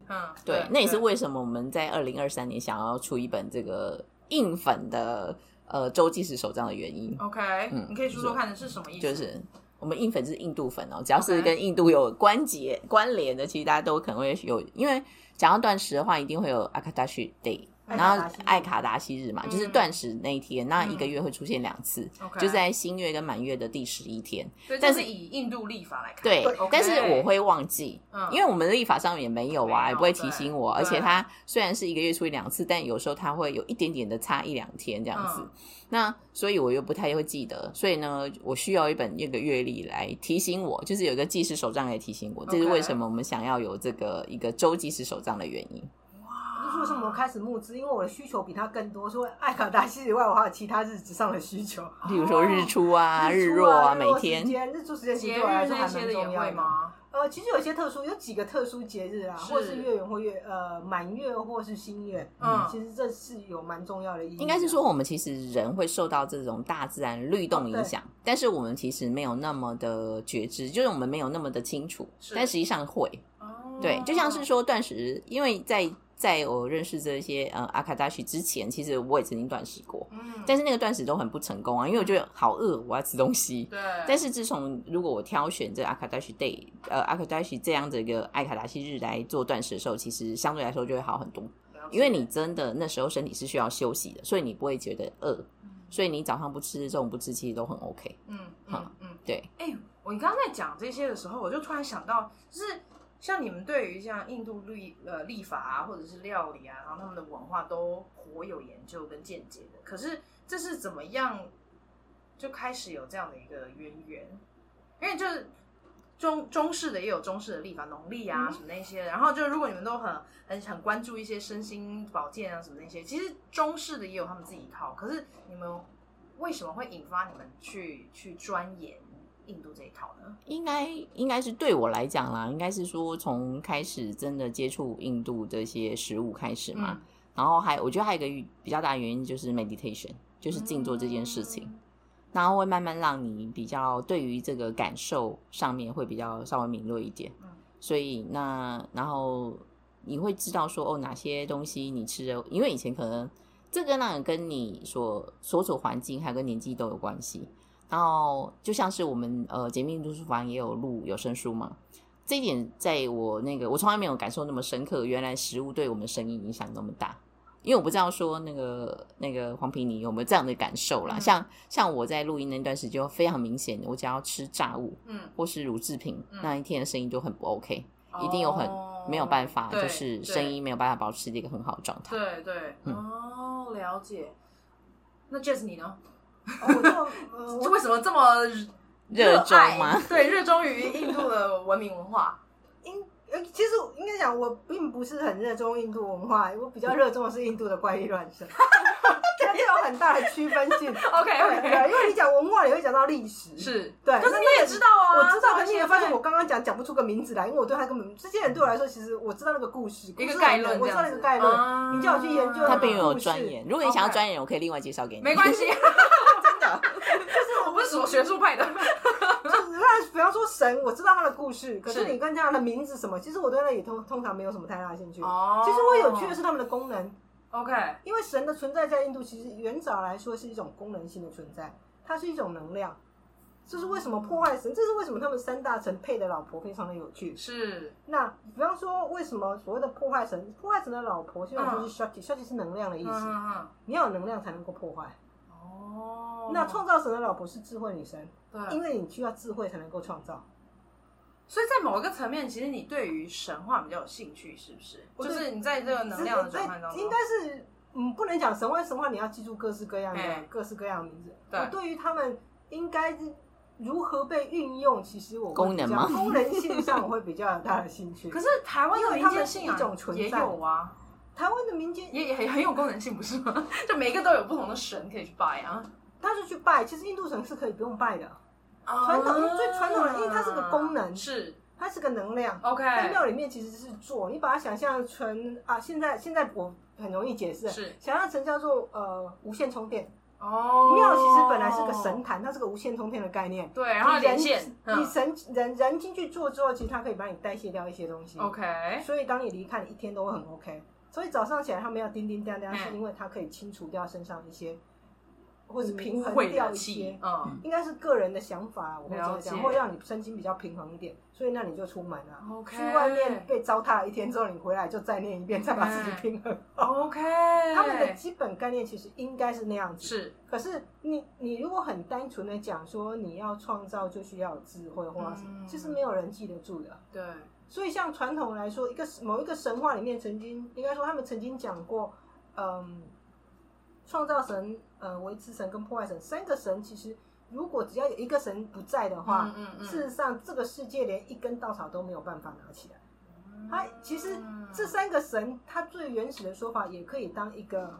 [SPEAKER 3] 嗯，
[SPEAKER 4] 对，那也是为什么我们在二零二三年想要出一本这个硬粉的呃周记式手账的原因，
[SPEAKER 3] OK，、
[SPEAKER 4] 嗯
[SPEAKER 3] 你可以说说看是什么意思？
[SPEAKER 4] 就是我们硬粉是印度粉哦，只要是
[SPEAKER 3] OK
[SPEAKER 4] 跟印度有关节关联的，其实大家都可能会有，因为讲到断食的话，一定会有阿卡达西 day。
[SPEAKER 2] 爱
[SPEAKER 4] 然
[SPEAKER 2] 卡达
[SPEAKER 4] 后
[SPEAKER 2] 西日
[SPEAKER 4] 爱卡达西日嘛，
[SPEAKER 3] 嗯
[SPEAKER 4] 就是断食那一天，那一个月会出现两次，
[SPEAKER 2] 嗯
[SPEAKER 3] OK，
[SPEAKER 4] 就在新月跟满月的第十一天。
[SPEAKER 3] 所以这
[SPEAKER 4] 但
[SPEAKER 3] 是
[SPEAKER 4] 是
[SPEAKER 3] 以印度历法来看，
[SPEAKER 4] 对，
[SPEAKER 2] 对
[SPEAKER 4] 但是我会忘记，
[SPEAKER 3] 嗯
[SPEAKER 4] 因为我们的立法上面也没有
[SPEAKER 3] 没
[SPEAKER 4] 啊，
[SPEAKER 3] 有
[SPEAKER 4] 也不会提醒我。
[SPEAKER 3] 对
[SPEAKER 4] 而且它虽然是一个月出一两次，但有时候它会有一点点的差一两天这样子。
[SPEAKER 3] 嗯
[SPEAKER 4] 那所以我又不太会记得，所以呢，我需要一本那个月历来提醒我，就是有一个记事手账来提醒我。这是
[SPEAKER 3] OK
[SPEAKER 4] 为什么我们想要有这个一个周记事手账的原因。
[SPEAKER 2] 这是为什么我开始募资？因为我的需求比他更多，除了爱卡达西以外，我还有其他日子上的需
[SPEAKER 4] [laughs]
[SPEAKER 2] 求，
[SPEAKER 4] 例如说日出啊、日
[SPEAKER 2] 出
[SPEAKER 4] 落
[SPEAKER 2] 啊，
[SPEAKER 4] 每天
[SPEAKER 2] 时间日出时间其
[SPEAKER 3] 节
[SPEAKER 2] 实
[SPEAKER 3] 日
[SPEAKER 2] 对我来说
[SPEAKER 3] 那
[SPEAKER 2] 还
[SPEAKER 3] 些
[SPEAKER 2] 蛮
[SPEAKER 3] 的也
[SPEAKER 2] 重要
[SPEAKER 3] 会
[SPEAKER 2] 的。
[SPEAKER 3] 吗？
[SPEAKER 2] 呃，其实有些特殊，有几个特殊节日啊，
[SPEAKER 3] 是
[SPEAKER 2] 或是月圆或月呃满月或是新月，
[SPEAKER 3] 嗯
[SPEAKER 2] 其实这是有蛮重要的意义的。
[SPEAKER 4] 应该是说，我们其实人会受到这种大自然律
[SPEAKER 3] 哦
[SPEAKER 4] 动影响，但是我们其实没有那么的觉知，就是我们没有那么的清楚，
[SPEAKER 3] 是
[SPEAKER 4] 但实际上会。
[SPEAKER 3] 哦
[SPEAKER 4] 对，就像是说断食，因为在在我认识这些呃阿卡达许之前，其实我也曾经断食过，
[SPEAKER 3] 嗯，
[SPEAKER 4] 但是那个断食都很不成功啊，因为我觉得好饿，我要吃东西。
[SPEAKER 3] 对，
[SPEAKER 4] 但是自从如果我挑选这阿卡达西 day，呃阿卡达西这样的一个爱卡达西日来做断食的时候，其实相对来说就会好很多。
[SPEAKER 3] 了解
[SPEAKER 4] 因为你真的那时候身体是需要休息的，所以你不会觉得饿，所以你早上不吃、中午不吃，其实都很 OK。
[SPEAKER 3] 嗯嗯
[SPEAKER 4] 好
[SPEAKER 3] 嗯，
[SPEAKER 4] 对，
[SPEAKER 3] 哎、我你刚刚在讲这些的时候，我就突然想到，就是像你们对于像印度历呃历法啊，或者是料理啊，然后他们的文化都颇有研究跟见解的。可是这是怎么样就开始有这样的一个渊源？因为就是中中式的也有中式的历法，农历
[SPEAKER 4] 嗯
[SPEAKER 3] 啊什么那些，然后就如果你们都很很很关注一些身心保健啊什么那些，其实中式的也有他们自己一套。可是你们为什么会引发你们去去钻研印度这一套呢？
[SPEAKER 4] 应该应该是对我来讲啦，应该是说从开始真的接触印度这些食物开始
[SPEAKER 3] 嗯
[SPEAKER 4] 嘛，然后还我觉得还有一个比较大的原因就是 meditation，就是静坐这件事情，
[SPEAKER 3] 嗯
[SPEAKER 4] 然后会慢慢让你比较对于这个感受上面会比较稍微敏锐一点。
[SPEAKER 3] 嗯
[SPEAKER 4] 所以那然后你会知道说哦哪些东西你吃的，因为以前可能这个那个跟你所所处环境还有跟年纪都有关系。然后就像是我们呃解密图书房也有录有声书嘛，这一点在我那个我从来没有感受那么深刻，原来食物对我们的声音影响那么大。因为我不知道说那个那个黄皮你有没有这样的感受啦，
[SPEAKER 3] 嗯
[SPEAKER 4] 像像我在录音那段时间非常明显，我只要吃炸物
[SPEAKER 3] 嗯，
[SPEAKER 4] 或是乳制品，
[SPEAKER 3] 嗯
[SPEAKER 4] 那一天的声音就很不 OK，、一定有很
[SPEAKER 3] 哦
[SPEAKER 4] 没有办法，
[SPEAKER 3] 对
[SPEAKER 4] 就是声音没有办法保持一个很好的状态。
[SPEAKER 3] 对对，
[SPEAKER 4] 嗯
[SPEAKER 3] 哦，了解。那 Jess 你呢？
[SPEAKER 2] 哦我就呃，我
[SPEAKER 3] 为什么这么
[SPEAKER 4] 热衷
[SPEAKER 3] 爱
[SPEAKER 4] 吗？
[SPEAKER 3] 对，热衷于印度的文明文
[SPEAKER 4] [laughs]
[SPEAKER 3] 化。
[SPEAKER 2] 应呃，其实我应该讲，我并不是很热衷印度文化，我比较热衷的是印度的怪异
[SPEAKER 3] [laughs]
[SPEAKER 2] 乱神，它这有很大的区分性。
[SPEAKER 3] OK
[SPEAKER 2] 对
[SPEAKER 3] OK，
[SPEAKER 2] 对，因为你讲文化，你会讲到历史，
[SPEAKER 4] 嗯
[SPEAKER 3] 是，
[SPEAKER 2] 对。
[SPEAKER 3] 可是
[SPEAKER 2] 那
[SPEAKER 3] 你
[SPEAKER 2] 那
[SPEAKER 3] 也
[SPEAKER 2] 个
[SPEAKER 3] 知道啊，
[SPEAKER 2] 我知道，可是你
[SPEAKER 3] 也
[SPEAKER 2] 会发现我刚刚讲讲不出个名字来，因为我对他根本这些人对我来说，其实我知道那个故事，
[SPEAKER 3] 一
[SPEAKER 2] 故
[SPEAKER 3] 个
[SPEAKER 2] 事
[SPEAKER 3] 概
[SPEAKER 2] 很
[SPEAKER 3] 论，
[SPEAKER 2] 我知道那个概
[SPEAKER 3] 啊
[SPEAKER 2] 论。你叫我去研究
[SPEAKER 4] 他
[SPEAKER 2] 它
[SPEAKER 4] 并没有
[SPEAKER 2] 故事
[SPEAKER 4] 钻研，如果你想要
[SPEAKER 3] OK
[SPEAKER 4] 钻研，我可以另外介绍给你。
[SPEAKER 3] 没关 [laughs] 系，
[SPEAKER 4] 真的。
[SPEAKER 3] 我不是什么学术
[SPEAKER 2] [laughs]
[SPEAKER 3] 派的。
[SPEAKER 2] 就是那比方说神，我知道他的故事，可
[SPEAKER 3] 是
[SPEAKER 2] 是你跟他的名字什么，其实我对那也通通常没有什么太大的兴趣。
[SPEAKER 3] 哦
[SPEAKER 2] 其实我有趣的是他们的功能，
[SPEAKER 3] OK，
[SPEAKER 2] 因为神的存在在印度，其实原早来说是一种功能性的存在，它是一种能量。这是为什么破坏神？这是为什么他们三大神配的老婆非常的有趣。
[SPEAKER 3] 是
[SPEAKER 2] 那比方说，为什么所谓的破坏神？破坏神的老婆现在就是 shakti，shakti、是能量的意
[SPEAKER 3] 嗯
[SPEAKER 2] 思，
[SPEAKER 3] 嗯
[SPEAKER 2] 你要有能量才能够破坏。
[SPEAKER 3] 嗯，哦，嗯
[SPEAKER 2] 那创造神的老婆是智慧女神，因
[SPEAKER 3] 对，
[SPEAKER 2] 为你需要智慧才能够创造。
[SPEAKER 3] 所以在某一个层面，其实你对于神话比较有兴趣，是不是？
[SPEAKER 2] 我
[SPEAKER 3] 就
[SPEAKER 2] 对
[SPEAKER 3] 是你在这个能量的转换当中，
[SPEAKER 2] 应该是嗯，不能讲神话神话，你要记住各式各样的、
[SPEAKER 3] 嗯
[SPEAKER 2] 各式各样的名字。
[SPEAKER 3] 对
[SPEAKER 2] 我对于他们应该是如何被运用，其实我会
[SPEAKER 4] 功能
[SPEAKER 2] 比较
[SPEAKER 4] 吗
[SPEAKER 2] [laughs] 功能性上我会比较有大的兴趣。
[SPEAKER 3] 可是台湾
[SPEAKER 2] 因
[SPEAKER 3] 的
[SPEAKER 2] 为
[SPEAKER 3] 民
[SPEAKER 2] 他们
[SPEAKER 3] 间
[SPEAKER 2] 是
[SPEAKER 3] 信
[SPEAKER 2] 一种
[SPEAKER 3] 仰
[SPEAKER 2] 存
[SPEAKER 3] 也
[SPEAKER 2] 在
[SPEAKER 3] 有啊，
[SPEAKER 2] 台湾的民间
[SPEAKER 3] 也也很很有功能性，不是吗？ [laughs] 就每一个都有不同的神可以去拜啊。
[SPEAKER 2] 他是去拜，其实印度神是可以不用拜的，传统
[SPEAKER 3] 啊
[SPEAKER 2] 最传统的因为它是个功能
[SPEAKER 3] 是
[SPEAKER 2] 它是个能量。
[SPEAKER 3] OK，
[SPEAKER 2] 在庙里面其实是做，你把它想象成啊，现在现在我很容易解释，
[SPEAKER 3] 是
[SPEAKER 2] 想象成叫做呃无线充电。
[SPEAKER 3] 哦
[SPEAKER 2] 庙其实本来是个神，坛，它是个无线充电的概念。
[SPEAKER 3] 对，然后它连
[SPEAKER 2] 你
[SPEAKER 3] 线，
[SPEAKER 2] 人你
[SPEAKER 3] 嗯
[SPEAKER 2] 神人人进去做之后，其实它可以帮你代谢掉一些东西。
[SPEAKER 3] ，OK，
[SPEAKER 2] 所以当你离开，你一天都会很 OK。所以早上起来他们要叮叮当当，
[SPEAKER 3] 嗯
[SPEAKER 2] 是因为它可以清除掉身上一些，或者平衡
[SPEAKER 3] 会
[SPEAKER 2] 掉
[SPEAKER 3] 的
[SPEAKER 2] 一
[SPEAKER 3] 气
[SPEAKER 2] 些，，
[SPEAKER 3] 嗯
[SPEAKER 2] 应该是个人的想法，我会这
[SPEAKER 3] 了
[SPEAKER 2] 样
[SPEAKER 3] 解
[SPEAKER 2] 讲，会让你身心比较平衡一点。所以那你就出门啊。
[SPEAKER 3] ，OK，
[SPEAKER 2] 去外面被糟蹋了一天之后，你回来就再念一遍，再把自己
[SPEAKER 3] 嗯
[SPEAKER 2] 平衡。
[SPEAKER 3] ，OK，
[SPEAKER 2] 他
[SPEAKER 3] 他
[SPEAKER 2] 们的基本概念其实应该是那样子，
[SPEAKER 3] 是
[SPEAKER 2] 可是你你如果很单纯的讲说你要创造就需要有智慧或者什么，
[SPEAKER 3] 嗯
[SPEAKER 2] 其实没有人记得住的。
[SPEAKER 3] 对，
[SPEAKER 2] 所以像传统来说，一个某一个神话里面曾经应该说他们曾经讲过，嗯，创造神、呃维持神跟破坏神三个神，其实如果只要有一个神不在的话，
[SPEAKER 3] 嗯嗯嗯，
[SPEAKER 2] 事实上这个世界连一根稻草都没有办法拿起来。
[SPEAKER 3] 嗯，
[SPEAKER 2] 它其实这三个神，它最原始的说法也可以当一个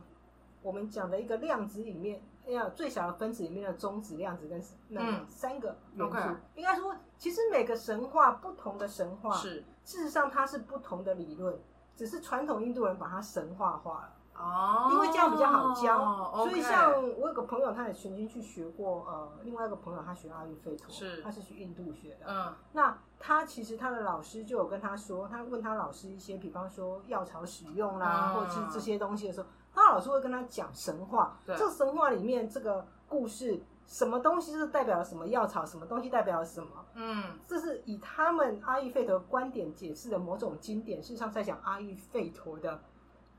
[SPEAKER 2] 我们讲的一个量子里面，要最小的分子里面的中子、量子跟那
[SPEAKER 3] 嗯
[SPEAKER 2] 三个元素。
[SPEAKER 3] OK
[SPEAKER 2] 应该说，其实每个神话不同的神话，
[SPEAKER 3] 是
[SPEAKER 2] 事实上它是不同的理论，只是传统印度人把它神话化了，
[SPEAKER 3] 哦，
[SPEAKER 2] 因为这样比较好教。
[SPEAKER 3] OK
[SPEAKER 2] 所以像我有个朋友，他也曾经去学过，呃，另外一个朋友他学阿育吠陀，
[SPEAKER 3] 是
[SPEAKER 2] 他是去印度学的，
[SPEAKER 3] 嗯
[SPEAKER 2] 那他其实他的老师就有跟他说，他问他老师一些，比方说药草使用啦，
[SPEAKER 3] 嗯
[SPEAKER 2] 或者是这些东西的时候，他老师会跟他讲神话，
[SPEAKER 3] 对
[SPEAKER 2] 这个神话里面这个故事，什么东西是代表了什么药草，什么东西代表了什么，
[SPEAKER 3] 嗯
[SPEAKER 2] 这是以他们阿育吠陀观点解释的某种经典，事实上在讲阿育吠陀的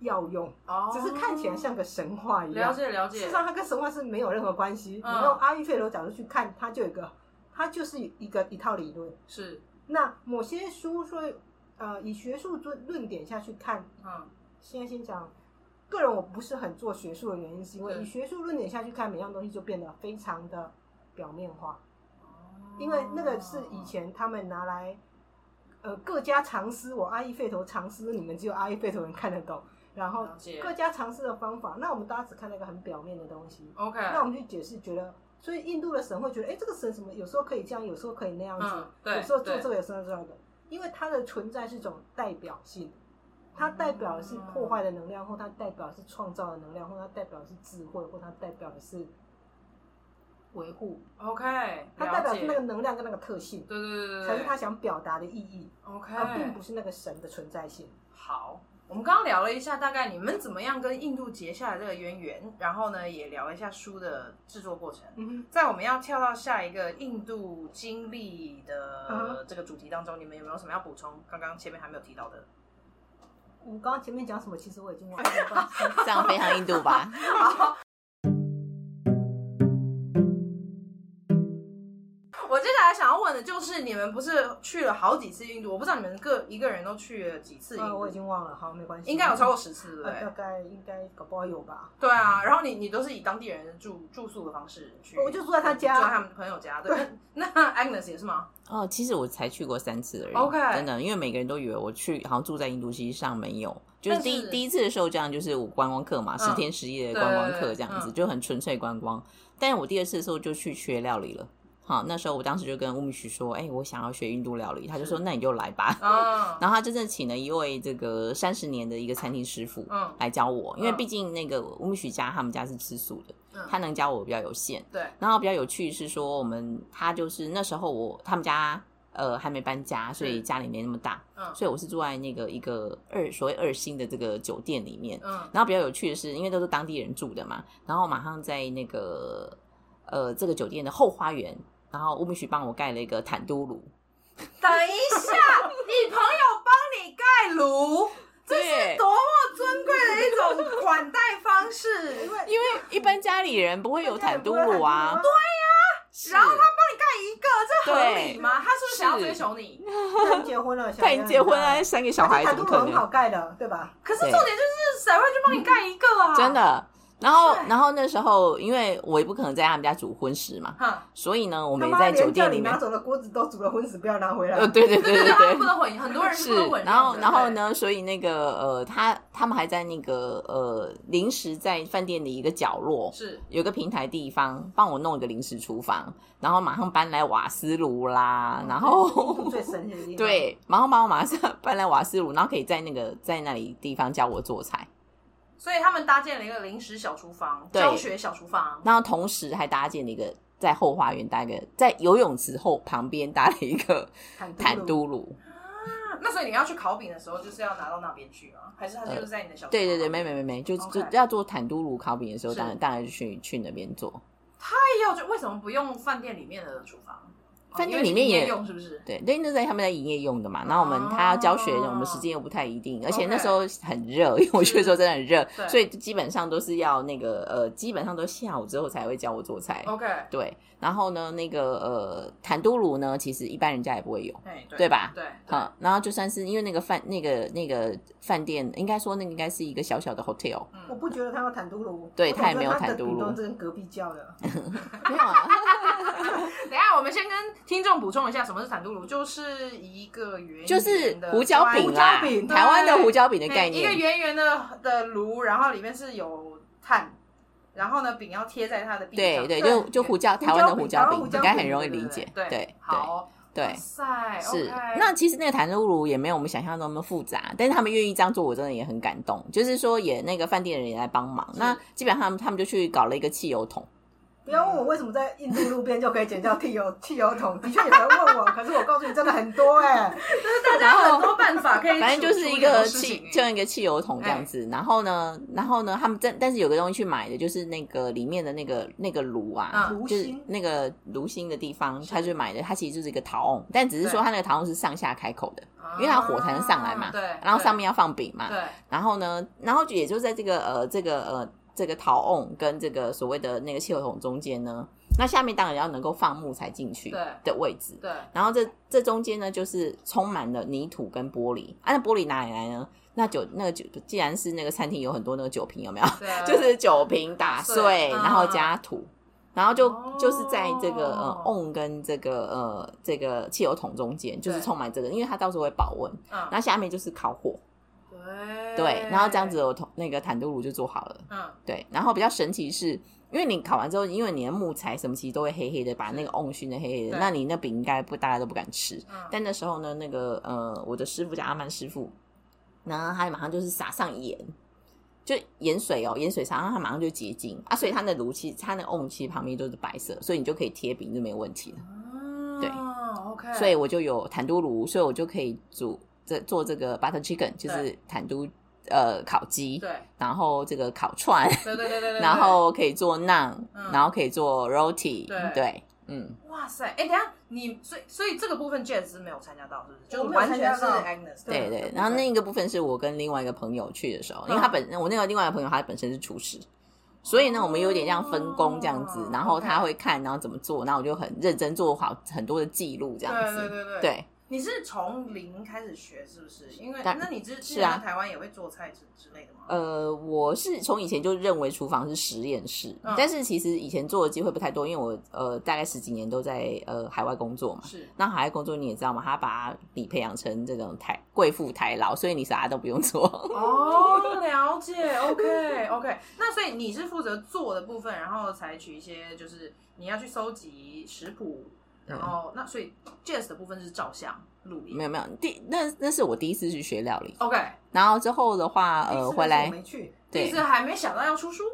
[SPEAKER 2] 药用，
[SPEAKER 3] 哦，
[SPEAKER 2] 只是看起来像个神话一
[SPEAKER 3] 了
[SPEAKER 2] 样。
[SPEAKER 3] 解了
[SPEAKER 2] 事实
[SPEAKER 3] 解，
[SPEAKER 2] 上，它跟神话是没有任何关系。
[SPEAKER 3] 嗯
[SPEAKER 2] 你用阿育吠陀角度去看，它就有一个，它就是一个一套理论。
[SPEAKER 3] 是
[SPEAKER 2] 那某些书说，呃，以学术论论点下去看，
[SPEAKER 3] 嗯
[SPEAKER 2] 现在先讲个人，我不是很做学术的原因，是因为
[SPEAKER 3] 对
[SPEAKER 2] 以学术论点下去看，每样东西就变得非常的表面化，因为那个是以前他们拿来，呃，各家藏私，我阿育吠陀藏私，你们只有阿育吠陀人看得懂，然后
[SPEAKER 3] 了解
[SPEAKER 2] 各家藏私的方法，那我们大家只看那个很表面的东西，
[SPEAKER 3] OK，嗯
[SPEAKER 2] 那我们去解释，觉得。所以印度的神会觉得，哎、这个神什么？有时候可以这样，有时候可以那样子。
[SPEAKER 3] 嗯对，
[SPEAKER 2] 有时候做
[SPEAKER 3] 对
[SPEAKER 2] 这个，有时候做那个，因为它的存在是一种代表性，它代表的是破坏的能量，或它代表的是创造的能量，或它代表的是智慧，或它代表的是维护，
[SPEAKER 3] OK，
[SPEAKER 2] 它
[SPEAKER 3] 了
[SPEAKER 2] 代表
[SPEAKER 3] 解
[SPEAKER 2] 是那个能量跟那个特性，
[SPEAKER 3] 对对对对对，
[SPEAKER 2] 才是它想表达的意义，
[SPEAKER 3] OK，
[SPEAKER 2] 而并不是那个神的存在性。
[SPEAKER 3] 好。我们刚刚聊了一下，大概你们怎么样跟印度结下了这个渊源，然后呢，也聊了一下书的制作过程。
[SPEAKER 2] 嗯
[SPEAKER 3] 在我们要跳到下一个印度经历的
[SPEAKER 2] 嗯
[SPEAKER 3] 这个主题当中，你们有没有什么要补充？刚刚前面还没有提到的，
[SPEAKER 2] 我刚刚前面讲什么，其实我已经忘了，没关系
[SPEAKER 4] [laughs] 这样非常印度吧？
[SPEAKER 3] 我接下来想要问的就是，你们不是去了好几次印度？我不知道你们各一个人都去了几次印
[SPEAKER 2] 呃，我已
[SPEAKER 3] 度，
[SPEAKER 2] 经忘了，好，没关系，
[SPEAKER 3] 应该有超过十次，对不
[SPEAKER 4] 欸
[SPEAKER 2] 呃，大
[SPEAKER 3] 对？
[SPEAKER 2] 概应该搞不好有吧。
[SPEAKER 3] 对啊，然后你你都是以当地人住住宿的方式去，
[SPEAKER 2] 我就住在他家
[SPEAKER 3] 住在他们朋友家。
[SPEAKER 2] [laughs]
[SPEAKER 3] 对，那那 Agnes 也是吗？
[SPEAKER 4] 哦，其实我才去过三次而已。
[SPEAKER 3] OK
[SPEAKER 4] 真的，因为每个人都以为我去好像住在印度，其实上没有。就是
[SPEAKER 3] 但
[SPEAKER 4] 第
[SPEAKER 3] 是
[SPEAKER 4] 一第一次的时候，这样就是我观光客嘛，
[SPEAKER 3] 嗯
[SPEAKER 4] 十天十夜的观光
[SPEAKER 3] 对对
[SPEAKER 4] 客
[SPEAKER 3] 对
[SPEAKER 4] 这样子，
[SPEAKER 3] 嗯
[SPEAKER 4] 就很纯粹观光。但是我第二次的时候就去学料理了。好，那时候我当时就跟乌米许说，哎、我想要学印度料理，他就是说那你就来吧。 [laughs]
[SPEAKER 3] 啊，
[SPEAKER 4] 然后他真正请了一位这个三十年的一个餐厅师傅
[SPEAKER 3] 嗯
[SPEAKER 4] 来教我，因为
[SPEAKER 3] 嗯
[SPEAKER 4] 毕竟那个乌米许家他们家是吃素的
[SPEAKER 3] 嗯，
[SPEAKER 4] 他能教我比较有限。
[SPEAKER 3] 对，
[SPEAKER 4] 然后比较有趣是说，我们他就是那时候我他们家呃还没搬家，所以家里没那么大，
[SPEAKER 3] 嗯
[SPEAKER 4] 所以我是住在那个一个二所谓二星的这个酒店里面。
[SPEAKER 3] 嗯
[SPEAKER 4] 然后比较有趣的是，因为都是当地人住的嘛，然后马上在那个呃这个酒店的后花园，然后乌米许帮我盖了一个坦都炉，
[SPEAKER 3] 等一下，你朋友帮你盖炉，这是
[SPEAKER 4] 对
[SPEAKER 3] 多么尊贵的一种款待方式。
[SPEAKER 4] [laughs]
[SPEAKER 2] 因为
[SPEAKER 4] 因为一般家里人不会有坦都炉啊，是
[SPEAKER 3] 然后他帮你盖一个，这合理吗？他是不是想要
[SPEAKER 4] 是
[SPEAKER 3] 追求你？
[SPEAKER 2] 他已经结婚了，小
[SPEAKER 4] 啊他
[SPEAKER 2] 孩啊
[SPEAKER 4] 已经结婚啊
[SPEAKER 2] 很大
[SPEAKER 4] 了，生个小孩
[SPEAKER 2] 他
[SPEAKER 4] 怎么
[SPEAKER 2] 都
[SPEAKER 4] 可
[SPEAKER 2] 很好
[SPEAKER 4] 能？
[SPEAKER 2] 盖的，对吧？
[SPEAKER 3] 可是重点就是谁会去帮你盖一个啊？
[SPEAKER 4] 真，的。然后，然后那时候，因为我也不可能在他们家煮婚食嘛，
[SPEAKER 3] 哈，
[SPEAKER 4] 所以呢，我
[SPEAKER 2] 我
[SPEAKER 4] 们也在酒店里
[SPEAKER 2] 你
[SPEAKER 4] 面
[SPEAKER 2] 拿。走的锅子都煮了荤食，不要拿回来。
[SPEAKER 4] 呃，对对对
[SPEAKER 3] 对对，
[SPEAKER 4] 对
[SPEAKER 3] 他们
[SPEAKER 2] [laughs]
[SPEAKER 4] 对
[SPEAKER 3] 不。能混，很多人
[SPEAKER 4] 是
[SPEAKER 3] 不能，混。
[SPEAKER 4] 然后然后？呢？所以那个呃，他他们还在那个呃，临时在饭店的一个角落，
[SPEAKER 3] 是
[SPEAKER 4] 有个平台地方帮我弄一个临时厨房，然后马上搬来瓦斯炉啦，啊
[SPEAKER 2] 哦
[SPEAKER 4] 然后
[SPEAKER 2] 最神奇的地方。，
[SPEAKER 4] [laughs] 对，马上帮我马上搬来瓦斯炉，然后可以在那个在那里地方教我做菜，
[SPEAKER 3] 所以他们搭建了一个临时小厨房，
[SPEAKER 4] 对
[SPEAKER 3] 教学小厨房。
[SPEAKER 4] 然后同时还搭建了一个在后花园搭一个在游泳池后旁边搭了一
[SPEAKER 3] [laughs]
[SPEAKER 4] 个
[SPEAKER 2] 坦
[SPEAKER 4] 坦
[SPEAKER 2] 度。
[SPEAKER 4] 都炉，
[SPEAKER 3] 啊那所以你要去烤饼的时候，就是要拿到那边去吗？还是它就是在你的小厨房？
[SPEAKER 4] 对对对，没没没没，就就
[SPEAKER 3] 哦 OK
[SPEAKER 4] 要做坦都炉烤饼的时候，
[SPEAKER 3] 是
[SPEAKER 4] 当然当然去去那边做。
[SPEAKER 3] 那要就为什么不用饭店里面的厨房？哦
[SPEAKER 4] 饭店
[SPEAKER 3] 因为
[SPEAKER 4] 里面
[SPEAKER 3] 营业
[SPEAKER 4] 也
[SPEAKER 3] 用是不是？
[SPEAKER 4] 对，对，那在他们在营业用的嘛。
[SPEAKER 3] 啊
[SPEAKER 4] 然后我们他要教学，我们时间又不太一定，而且那时候很热，因 [laughs] 为我去的时候真的很热
[SPEAKER 3] 对，
[SPEAKER 4] 所以基本上都是要那个呃，基本上都下午之后才会教我做菜。
[SPEAKER 3] OK，
[SPEAKER 4] 对，然后呢，那个呃，坦都炉呢，其实一般人家也不会有。
[SPEAKER 3] 哎，对
[SPEAKER 4] 对吧
[SPEAKER 3] 对，对
[SPEAKER 4] 好，然后就算是因为那个饭那个那个饭店，应该说那个应该是一个小小的 hotel，
[SPEAKER 2] 我
[SPEAKER 3] 嗯，
[SPEAKER 2] 不觉得他有坦度炉，
[SPEAKER 4] 对
[SPEAKER 2] 我
[SPEAKER 4] 他也
[SPEAKER 2] 总
[SPEAKER 4] 没
[SPEAKER 2] 觉
[SPEAKER 4] 有
[SPEAKER 2] 得他
[SPEAKER 4] 坦度炉
[SPEAKER 2] 的都是跟隔壁叫的，
[SPEAKER 4] 没有啊，
[SPEAKER 3] 等一下我们先跟听众补充一下，什么是坦度炉，就是一个圆
[SPEAKER 4] 就是
[SPEAKER 3] 圆的
[SPEAKER 4] 胡椒饼啦，
[SPEAKER 2] 胡椒饼
[SPEAKER 4] 台湾的
[SPEAKER 3] 对
[SPEAKER 4] 胡椒饼的
[SPEAKER 3] 哎
[SPEAKER 4] 概
[SPEAKER 3] 一个
[SPEAKER 4] 念，
[SPEAKER 3] 圆圆的的炉，然后里面是有碳，然后呢饼要贴在它的壁
[SPEAKER 4] 对
[SPEAKER 3] 上，
[SPEAKER 4] 对，
[SPEAKER 2] 对
[SPEAKER 4] 就就胡椒，台湾的胡椒
[SPEAKER 2] 台湾
[SPEAKER 4] 饼
[SPEAKER 2] 胡椒
[SPEAKER 4] 应该
[SPEAKER 2] 饼
[SPEAKER 4] 很容易
[SPEAKER 2] 对对
[SPEAKER 4] 理
[SPEAKER 2] 对
[SPEAKER 4] 解，
[SPEAKER 3] 对
[SPEAKER 4] 对
[SPEAKER 3] 好，
[SPEAKER 4] 对
[SPEAKER 3] 哇。塞，
[SPEAKER 4] 是
[SPEAKER 3] OK，
[SPEAKER 4] 那其实那个弹珠炉也没有我们想象中那么复杂，但是他们愿意这样做，我真的也很感动。就是说也，那个饭店的人也来帮忙。那基本上他们他们就去搞了一个汽油桶，
[SPEAKER 2] 不要问我为什么在印度路边就可以捡到汽油汽油桶，的确有人问我，可是我告诉你，真的很多哎、
[SPEAKER 3] 大家有很多办法可以处，
[SPEAKER 4] [laughs] 反正就是一
[SPEAKER 3] 处理很多
[SPEAKER 4] 个
[SPEAKER 3] 事
[SPEAKER 4] 汽
[SPEAKER 3] 情，欸哎
[SPEAKER 4] 就一个汽油桶这样子。然后呢，然后呢，他们真但是有个东西去买的，就是那个里面的那个那个炉啊，
[SPEAKER 3] 嗯
[SPEAKER 2] 炉
[SPEAKER 4] 就是
[SPEAKER 2] 心
[SPEAKER 4] 那个炉心的地方，他就买的，它其实就是一个陶瓮，但只是说它那个陶瓮是上下开口的，因为它火才能上来嘛
[SPEAKER 3] 啊啊对，
[SPEAKER 4] 然后
[SPEAKER 3] 对
[SPEAKER 4] 上面要放饼嘛，
[SPEAKER 3] 对
[SPEAKER 4] 然后呢，然后也就在这个呃这个呃这个陶瓮跟这个所谓的那个汽油桶中间呢，那下面当然要能够放木材进去
[SPEAKER 3] 对
[SPEAKER 4] 的位置。
[SPEAKER 3] 对，
[SPEAKER 4] 然后这这中间呢，就是充满了泥土跟玻璃。啊，那玻璃哪里来呢？那酒那个酒，既然是那个餐厅有很多那个酒瓶，有没有？
[SPEAKER 3] [laughs] 对啊
[SPEAKER 4] 就是酒瓶打碎，
[SPEAKER 3] 碎嗯
[SPEAKER 4] 然后加土，然后就、
[SPEAKER 3] 哦
[SPEAKER 4] 就是在这个呃瓮跟这个呃这个汽油桶中间，就是
[SPEAKER 3] 对
[SPEAKER 4] 充满这个，因为它到时候会保温。
[SPEAKER 3] 嗯
[SPEAKER 4] 那下面就是烤火，
[SPEAKER 3] 对
[SPEAKER 4] 对，然后这样子，我同那个坦度炉就做好了。
[SPEAKER 3] 嗯，
[SPEAKER 4] 对，然后比较神奇是，因为你烤完之后，因为你的木材什么其实都会黑黑的，把那个瓮熏的黑黑的，
[SPEAKER 3] 对
[SPEAKER 4] 那你那饼应该不大家都不敢吃。
[SPEAKER 3] 嗯
[SPEAKER 4] 但那时候呢，那个呃，我的师傅叫阿曼师傅，然后他马上就是撒上盐，就盐水哦，盐水撒上它马上就结晶啊，所以它的炉其实它那个瓮其实旁边都是白色，所以你就可以贴饼就没有问题了。对
[SPEAKER 3] 哦，OK，
[SPEAKER 4] 所以我就有坦都炉，所以我就可以煮这做这个 butter chicken，就是
[SPEAKER 3] 对
[SPEAKER 4] 坦都呃烤鸡，
[SPEAKER 3] 对
[SPEAKER 4] 然后这个烤串，
[SPEAKER 3] 对对对对对，
[SPEAKER 4] 然后可以做 naan，、
[SPEAKER 3] 嗯
[SPEAKER 4] 然后可以做 roti，
[SPEAKER 3] 对
[SPEAKER 4] 嗯，
[SPEAKER 3] 对哇塞，哎，等一下你所以所以这个部分 Jazz 是没有参加到，是不是？就
[SPEAKER 2] 我没有
[SPEAKER 3] 完全是
[SPEAKER 2] 参加到
[SPEAKER 3] Agnes 的
[SPEAKER 4] 对对。然后那个部分是我跟另外一个朋友去的时候，
[SPEAKER 3] 嗯
[SPEAKER 4] 因为他本我那个另外一个朋友他本身是厨师，所以呢，我们有点像分工这样子
[SPEAKER 3] 哦，
[SPEAKER 4] 然后他
[SPEAKER 3] OK
[SPEAKER 4] 会看，然后怎么做，然后我就很认真做好很多的记录这样
[SPEAKER 3] 对
[SPEAKER 4] 子，
[SPEAKER 3] 对对对
[SPEAKER 4] 对
[SPEAKER 3] 你是从零开始学是不是？因为
[SPEAKER 4] 但
[SPEAKER 3] 那你之之
[SPEAKER 4] 是
[SPEAKER 3] 前
[SPEAKER 4] 啊
[SPEAKER 3] 在台湾也会做菜之之类的吗？
[SPEAKER 4] 呃，我是从以前就认为厨房是实验室，
[SPEAKER 3] 嗯
[SPEAKER 4] 但是其实以前做的机会不太多，因为我呃大概十几年都在呃海外工作嘛。
[SPEAKER 3] 是
[SPEAKER 4] 那海外工作你也知道嘛，他把你培养成这种台贵妇台劳，所以你啥都不用做。 [laughs]
[SPEAKER 3] 哦，了解，OK OK。那所以你是负责做的部分，然后采取一些就是你要去搜集食谱，然后那所以 Jazz 的部分是照相录影，
[SPEAKER 4] 嗯没有没有，第那那是我第一次去学料理，
[SPEAKER 3] OK，
[SPEAKER 4] 然后之后的话，呃，回
[SPEAKER 2] 第一次的时候我
[SPEAKER 4] 来
[SPEAKER 2] 没去，
[SPEAKER 3] 一
[SPEAKER 4] 对
[SPEAKER 3] 直，还没想到要出书，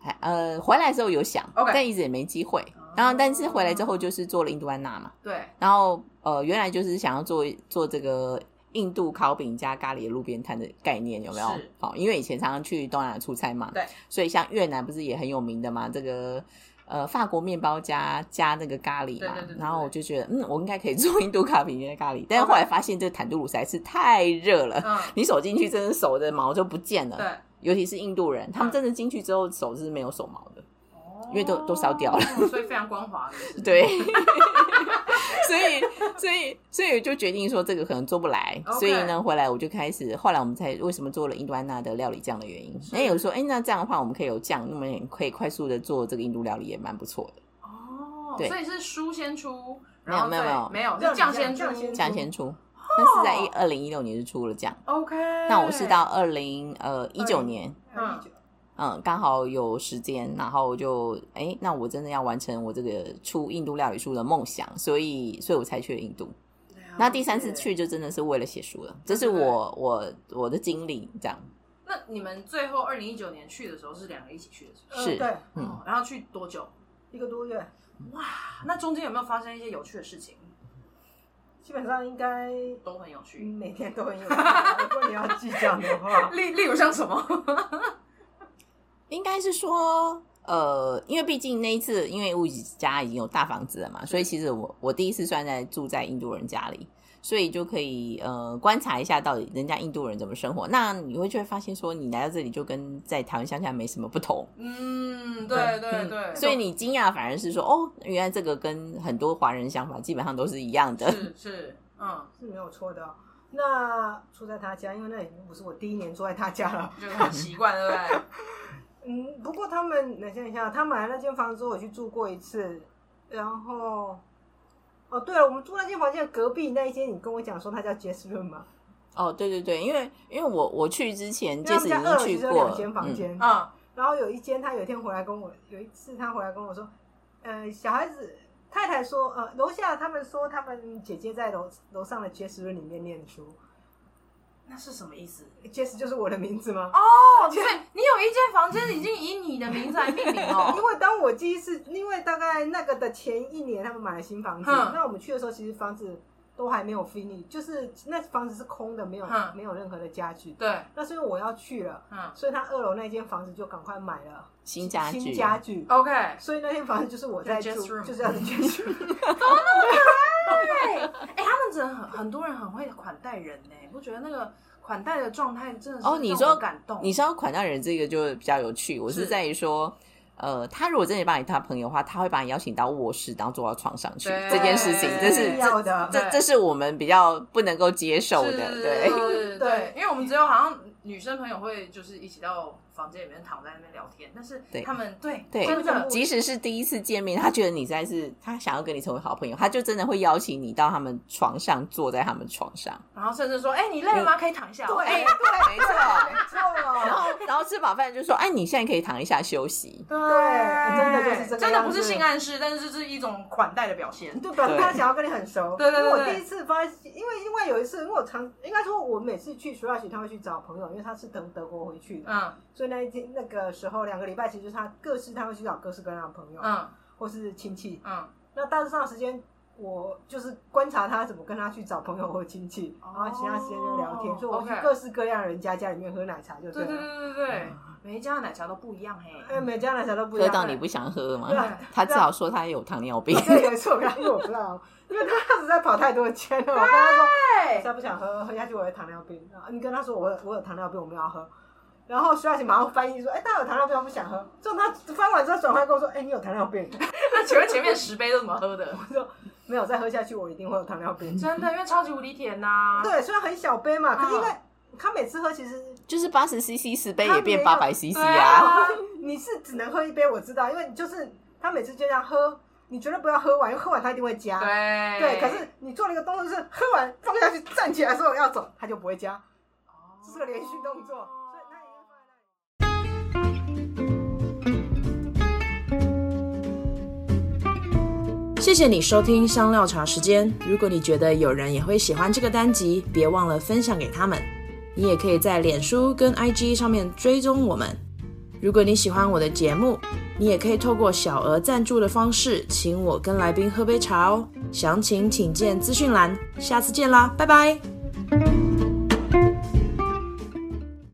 [SPEAKER 4] 还呃回来之后有想
[SPEAKER 3] OK 嗯
[SPEAKER 4] 但一直也没机会。然后但是回来之后就是做了印度安娜嘛，
[SPEAKER 3] 对，
[SPEAKER 4] 然后呃，原来就是想要做做这个印度烤饼加咖喱的路边摊的概念，有没有
[SPEAKER 3] 是？
[SPEAKER 4] 好、因为以前常常去东南亚出差嘛，
[SPEAKER 3] 对，
[SPEAKER 4] 所以像越南不是也很有名的嘛，这个。呃，法国面包加加那个咖喱嘛，
[SPEAKER 3] 对对对对
[SPEAKER 4] 然后我就觉得，嗯，我应该可以做印度咖喱跟咖喱，但是后来发现这个坦度鲁实在是太热了，
[SPEAKER 3] 嗯，
[SPEAKER 4] 你手进去，真的手的毛就不见了，
[SPEAKER 3] 对， [coughs]
[SPEAKER 4] 尤其是印度人，他们真的进去之后手是没有手毛的，因为都都烧掉了 [laughs]
[SPEAKER 3] 哦所以非常光滑，是不是
[SPEAKER 4] 对， [laughs] 所以所以所以我就决定说这个可能做不来
[SPEAKER 3] OK
[SPEAKER 4] 所以呢回来我就开始，后来我们才为什么做了印度安娜的料理酱的原因。那有说，哎、那这样的话我们可以有酱，那么也可以快速的做这个印度料理也蛮不错的。
[SPEAKER 3] 哦，
[SPEAKER 4] 对
[SPEAKER 3] 所以是书先出，
[SPEAKER 4] 没有
[SPEAKER 3] 然后
[SPEAKER 4] 没有
[SPEAKER 3] 再
[SPEAKER 4] 没有
[SPEAKER 3] 没有，
[SPEAKER 2] 料
[SPEAKER 3] 是
[SPEAKER 2] 理
[SPEAKER 3] 酱
[SPEAKER 2] 酱
[SPEAKER 3] 先
[SPEAKER 2] 酱
[SPEAKER 3] 出
[SPEAKER 2] 先
[SPEAKER 4] 酱先出，但是在一二零一六年就出了酱。
[SPEAKER 3] ，OK。
[SPEAKER 4] [laughs] 那我是到二零呃一九年，
[SPEAKER 3] 嗯
[SPEAKER 4] 嗯，刚好有时间，然后就哎、诶那我真的要完成我这个出印度料理书的梦想，所以，所以我才去了印度。那第三次
[SPEAKER 3] 了解，
[SPEAKER 4] 去就真的是为了写书了，这是我我我的经历，这样
[SPEAKER 3] 那你们最后二零一九年去的时候是两个一起去的时候，
[SPEAKER 2] 嗯
[SPEAKER 4] 是
[SPEAKER 2] 对，
[SPEAKER 4] 嗯
[SPEAKER 3] 哦，然后去多久？
[SPEAKER 2] 一个多月，
[SPEAKER 3] 那中间有没有发生一些有趣的事情？
[SPEAKER 2] 基本上应该
[SPEAKER 3] 都很有
[SPEAKER 2] 嗯
[SPEAKER 3] 趣。
[SPEAKER 2] 每天都很有趣啊。如果你要计较的话，
[SPEAKER 3] 例例如像什么？ [laughs]
[SPEAKER 4] 应该是说，呃，因为毕竟那一次，因为我家已经有大房子了嘛，所以其实我我第一次算在住在印度人家里，所以就可以呃观察一下到底人家印度人怎么生活。那你会就会发现说，你来到这里就跟在台湾乡下没什么不同，
[SPEAKER 3] 嗯，对对
[SPEAKER 4] 嗯
[SPEAKER 3] 对，
[SPEAKER 4] 所以你惊讶反而是说，哦，原来这个跟很多华人想法基本上都是一样的。
[SPEAKER 3] 是是，嗯，
[SPEAKER 2] 是没有错的哦。那住在他家，因为那已经不是我第一年住在他家了。
[SPEAKER 3] 就是很习惯，对
[SPEAKER 2] [laughs]
[SPEAKER 3] 不对？
[SPEAKER 2] 嗯，不过他们，等一下，他买了那间房子，我去住过一次。然后，哦，对了，我们住那间房间的隔壁那一间，你跟我讲说它叫 Jess Room 嘛？
[SPEAKER 4] 哦，对对对，因为因为我我去之前，
[SPEAKER 2] 因为
[SPEAKER 4] 即
[SPEAKER 2] 他
[SPEAKER 4] 使
[SPEAKER 2] 们
[SPEAKER 4] 已
[SPEAKER 2] 家二楼
[SPEAKER 4] 经
[SPEAKER 2] 其
[SPEAKER 4] 去
[SPEAKER 2] 实有
[SPEAKER 4] 过
[SPEAKER 2] 两
[SPEAKER 4] 了，
[SPEAKER 2] 间房间，
[SPEAKER 3] 嗯，
[SPEAKER 2] 然后有一间，他有一天回来跟我，有一次他回来跟我说，呃，小孩子太太说，呃，楼下他们说他们姐姐在楼楼上的 Jess Room 里面念书
[SPEAKER 3] 那是什么意思？
[SPEAKER 2] ，Jess 就是我的名字吗？
[SPEAKER 3] 哦，所以你有一间房间已经以你的名字来命名
[SPEAKER 2] 因
[SPEAKER 3] 哦。 [laughs]
[SPEAKER 2] 为当我第一次，因为大概那个的前一年，他们买了新房子，
[SPEAKER 3] 嗯
[SPEAKER 2] 那我们去的时候，其实房子都还没有 finish，就是那房子是空的，没有、
[SPEAKER 3] 嗯
[SPEAKER 2] 没有任何的家具。
[SPEAKER 3] 对，
[SPEAKER 2] 那是因为我要去了，
[SPEAKER 3] 嗯
[SPEAKER 2] 所以他二楼那间房子就赶快买了
[SPEAKER 4] 新家具，啊
[SPEAKER 2] 新家具。
[SPEAKER 3] ，OK，
[SPEAKER 2] 所以那间房子就是我在
[SPEAKER 3] 就
[SPEAKER 2] 住
[SPEAKER 3] guest 哦 room，
[SPEAKER 2] 就是要是 guest room。
[SPEAKER 3] 对，哎，他们真的很很多人很会款待人呢，不觉得那个款待的状态真的是
[SPEAKER 4] 哦你
[SPEAKER 3] 让
[SPEAKER 4] 说
[SPEAKER 3] 我感动？
[SPEAKER 4] 你知道款待人这个就比较有趣，我是
[SPEAKER 3] 是
[SPEAKER 4] 在于说，呃，他如果真的把你当朋友的话，他会把你邀请到卧室，然后坐到床上去
[SPEAKER 3] 对
[SPEAKER 4] 这件事情，这是
[SPEAKER 2] 必
[SPEAKER 4] 这
[SPEAKER 2] 哎要的。
[SPEAKER 4] 这这是我们比较不能够接受
[SPEAKER 3] 是
[SPEAKER 4] 的，
[SPEAKER 3] 是
[SPEAKER 4] 对。
[SPEAKER 3] 是
[SPEAKER 2] 对
[SPEAKER 3] 对，因为我们只有好像女生朋友会就是一起到房间里面躺在那边聊天，但是
[SPEAKER 4] 对
[SPEAKER 3] 他们对
[SPEAKER 4] 对
[SPEAKER 3] 真的
[SPEAKER 4] 即使是第一次见面，他觉得你在是他想要跟你成为好朋友，他就真的会邀请你到他们床上，坐在他们床上。
[SPEAKER 3] 然后甚至说，哎、你累了吗？可以躺一下。
[SPEAKER 2] 对
[SPEAKER 3] 哎
[SPEAKER 2] 对，
[SPEAKER 4] 没错
[SPEAKER 2] 没
[SPEAKER 4] [laughs] 然
[SPEAKER 2] 错。
[SPEAKER 4] 后，然后吃饱饭就说：“哎，你现在可以躺一下休息。
[SPEAKER 2] 对真的就是这个
[SPEAKER 3] 真的不是
[SPEAKER 2] 样子
[SPEAKER 3] 性暗示，但是这是一种款待的表现。
[SPEAKER 2] 对，表示他想要跟你很熟。
[SPEAKER 3] 对对对
[SPEAKER 2] 因为我
[SPEAKER 3] 对
[SPEAKER 2] 第一次发现，因为因为有一次，因为我常应该说，我每次去 s h r a s 他会去找朋友，因为他是从德国回去的，
[SPEAKER 3] 嗯
[SPEAKER 2] 所以那一天那个时候两个礼拜，其实他各式他会去找各式各样的朋友、
[SPEAKER 3] 嗯
[SPEAKER 2] 或是亲戚。
[SPEAKER 3] 嗯，
[SPEAKER 2] 那大致上的时间，我就是观察他怎么跟他去找朋友或亲戚，
[SPEAKER 3] 哦
[SPEAKER 2] 然后其他时间就聊天，所以我去
[SPEAKER 3] OK
[SPEAKER 2] 各式各样的人家家里面喝奶茶就
[SPEAKER 3] 对对
[SPEAKER 2] 了。
[SPEAKER 3] 对对对，啊每一家的奶茶都不一样嘿。
[SPEAKER 2] 因为每家奶茶都”不一
[SPEAKER 4] 喝
[SPEAKER 2] 样。啊
[SPEAKER 4] 到你不想喝吗
[SPEAKER 2] 对？
[SPEAKER 4] 他只好说他有糖尿病。
[SPEAKER 2] 对，有一次我跟他说我不知道，哦因为他实在跑太多圈了。我跟他说，实在不想喝，喝下去我有糖尿病。然后你跟他说我有我有糖尿病，我们要喝。然后徐小姐马上翻译说：“哎，他有糖尿病，他不想喝。”之后他翻完之后转过来跟我说：“哎，你有糖尿病
[SPEAKER 3] 那 [laughs] 请问前面十杯都怎么喝的？？”
[SPEAKER 2] 没有，再喝下去我一定会有糖尿病。
[SPEAKER 3] 真的，因为超级无敌甜呐、
[SPEAKER 2] 对，虽然很小杯嘛，可是因为
[SPEAKER 3] 嗯嗯
[SPEAKER 2] 他每次喝其实
[SPEAKER 4] [laughs] 就是八十 CC 十杯
[SPEAKER 2] 他
[SPEAKER 4] 也变
[SPEAKER 2] 没有
[SPEAKER 4] 八百 CC
[SPEAKER 3] 对
[SPEAKER 4] 啊。
[SPEAKER 3] 啊，
[SPEAKER 2] 你是只能喝一杯，我知道，因为你就是他每次就这样喝，你绝对不要喝完，因为喝完他一定会加。
[SPEAKER 3] 对
[SPEAKER 2] 对，可是你做了一个动作，就是喝完放下去，站起来说我要走，他就不会加，
[SPEAKER 3] 哦
[SPEAKER 2] 这是个连续动作。所以那你就放在那里
[SPEAKER 1] 谢谢你收听香料茶时间。如果你觉得有人也会喜欢这个单集，别忘了分享给他们。你也可以在脸书跟 IG 上面追踪我们。如果你喜欢我的节目，你也可以透过小额赞助的方式，请我跟来宾喝杯茶哦。详情请见资讯栏。下次见啦，拜拜。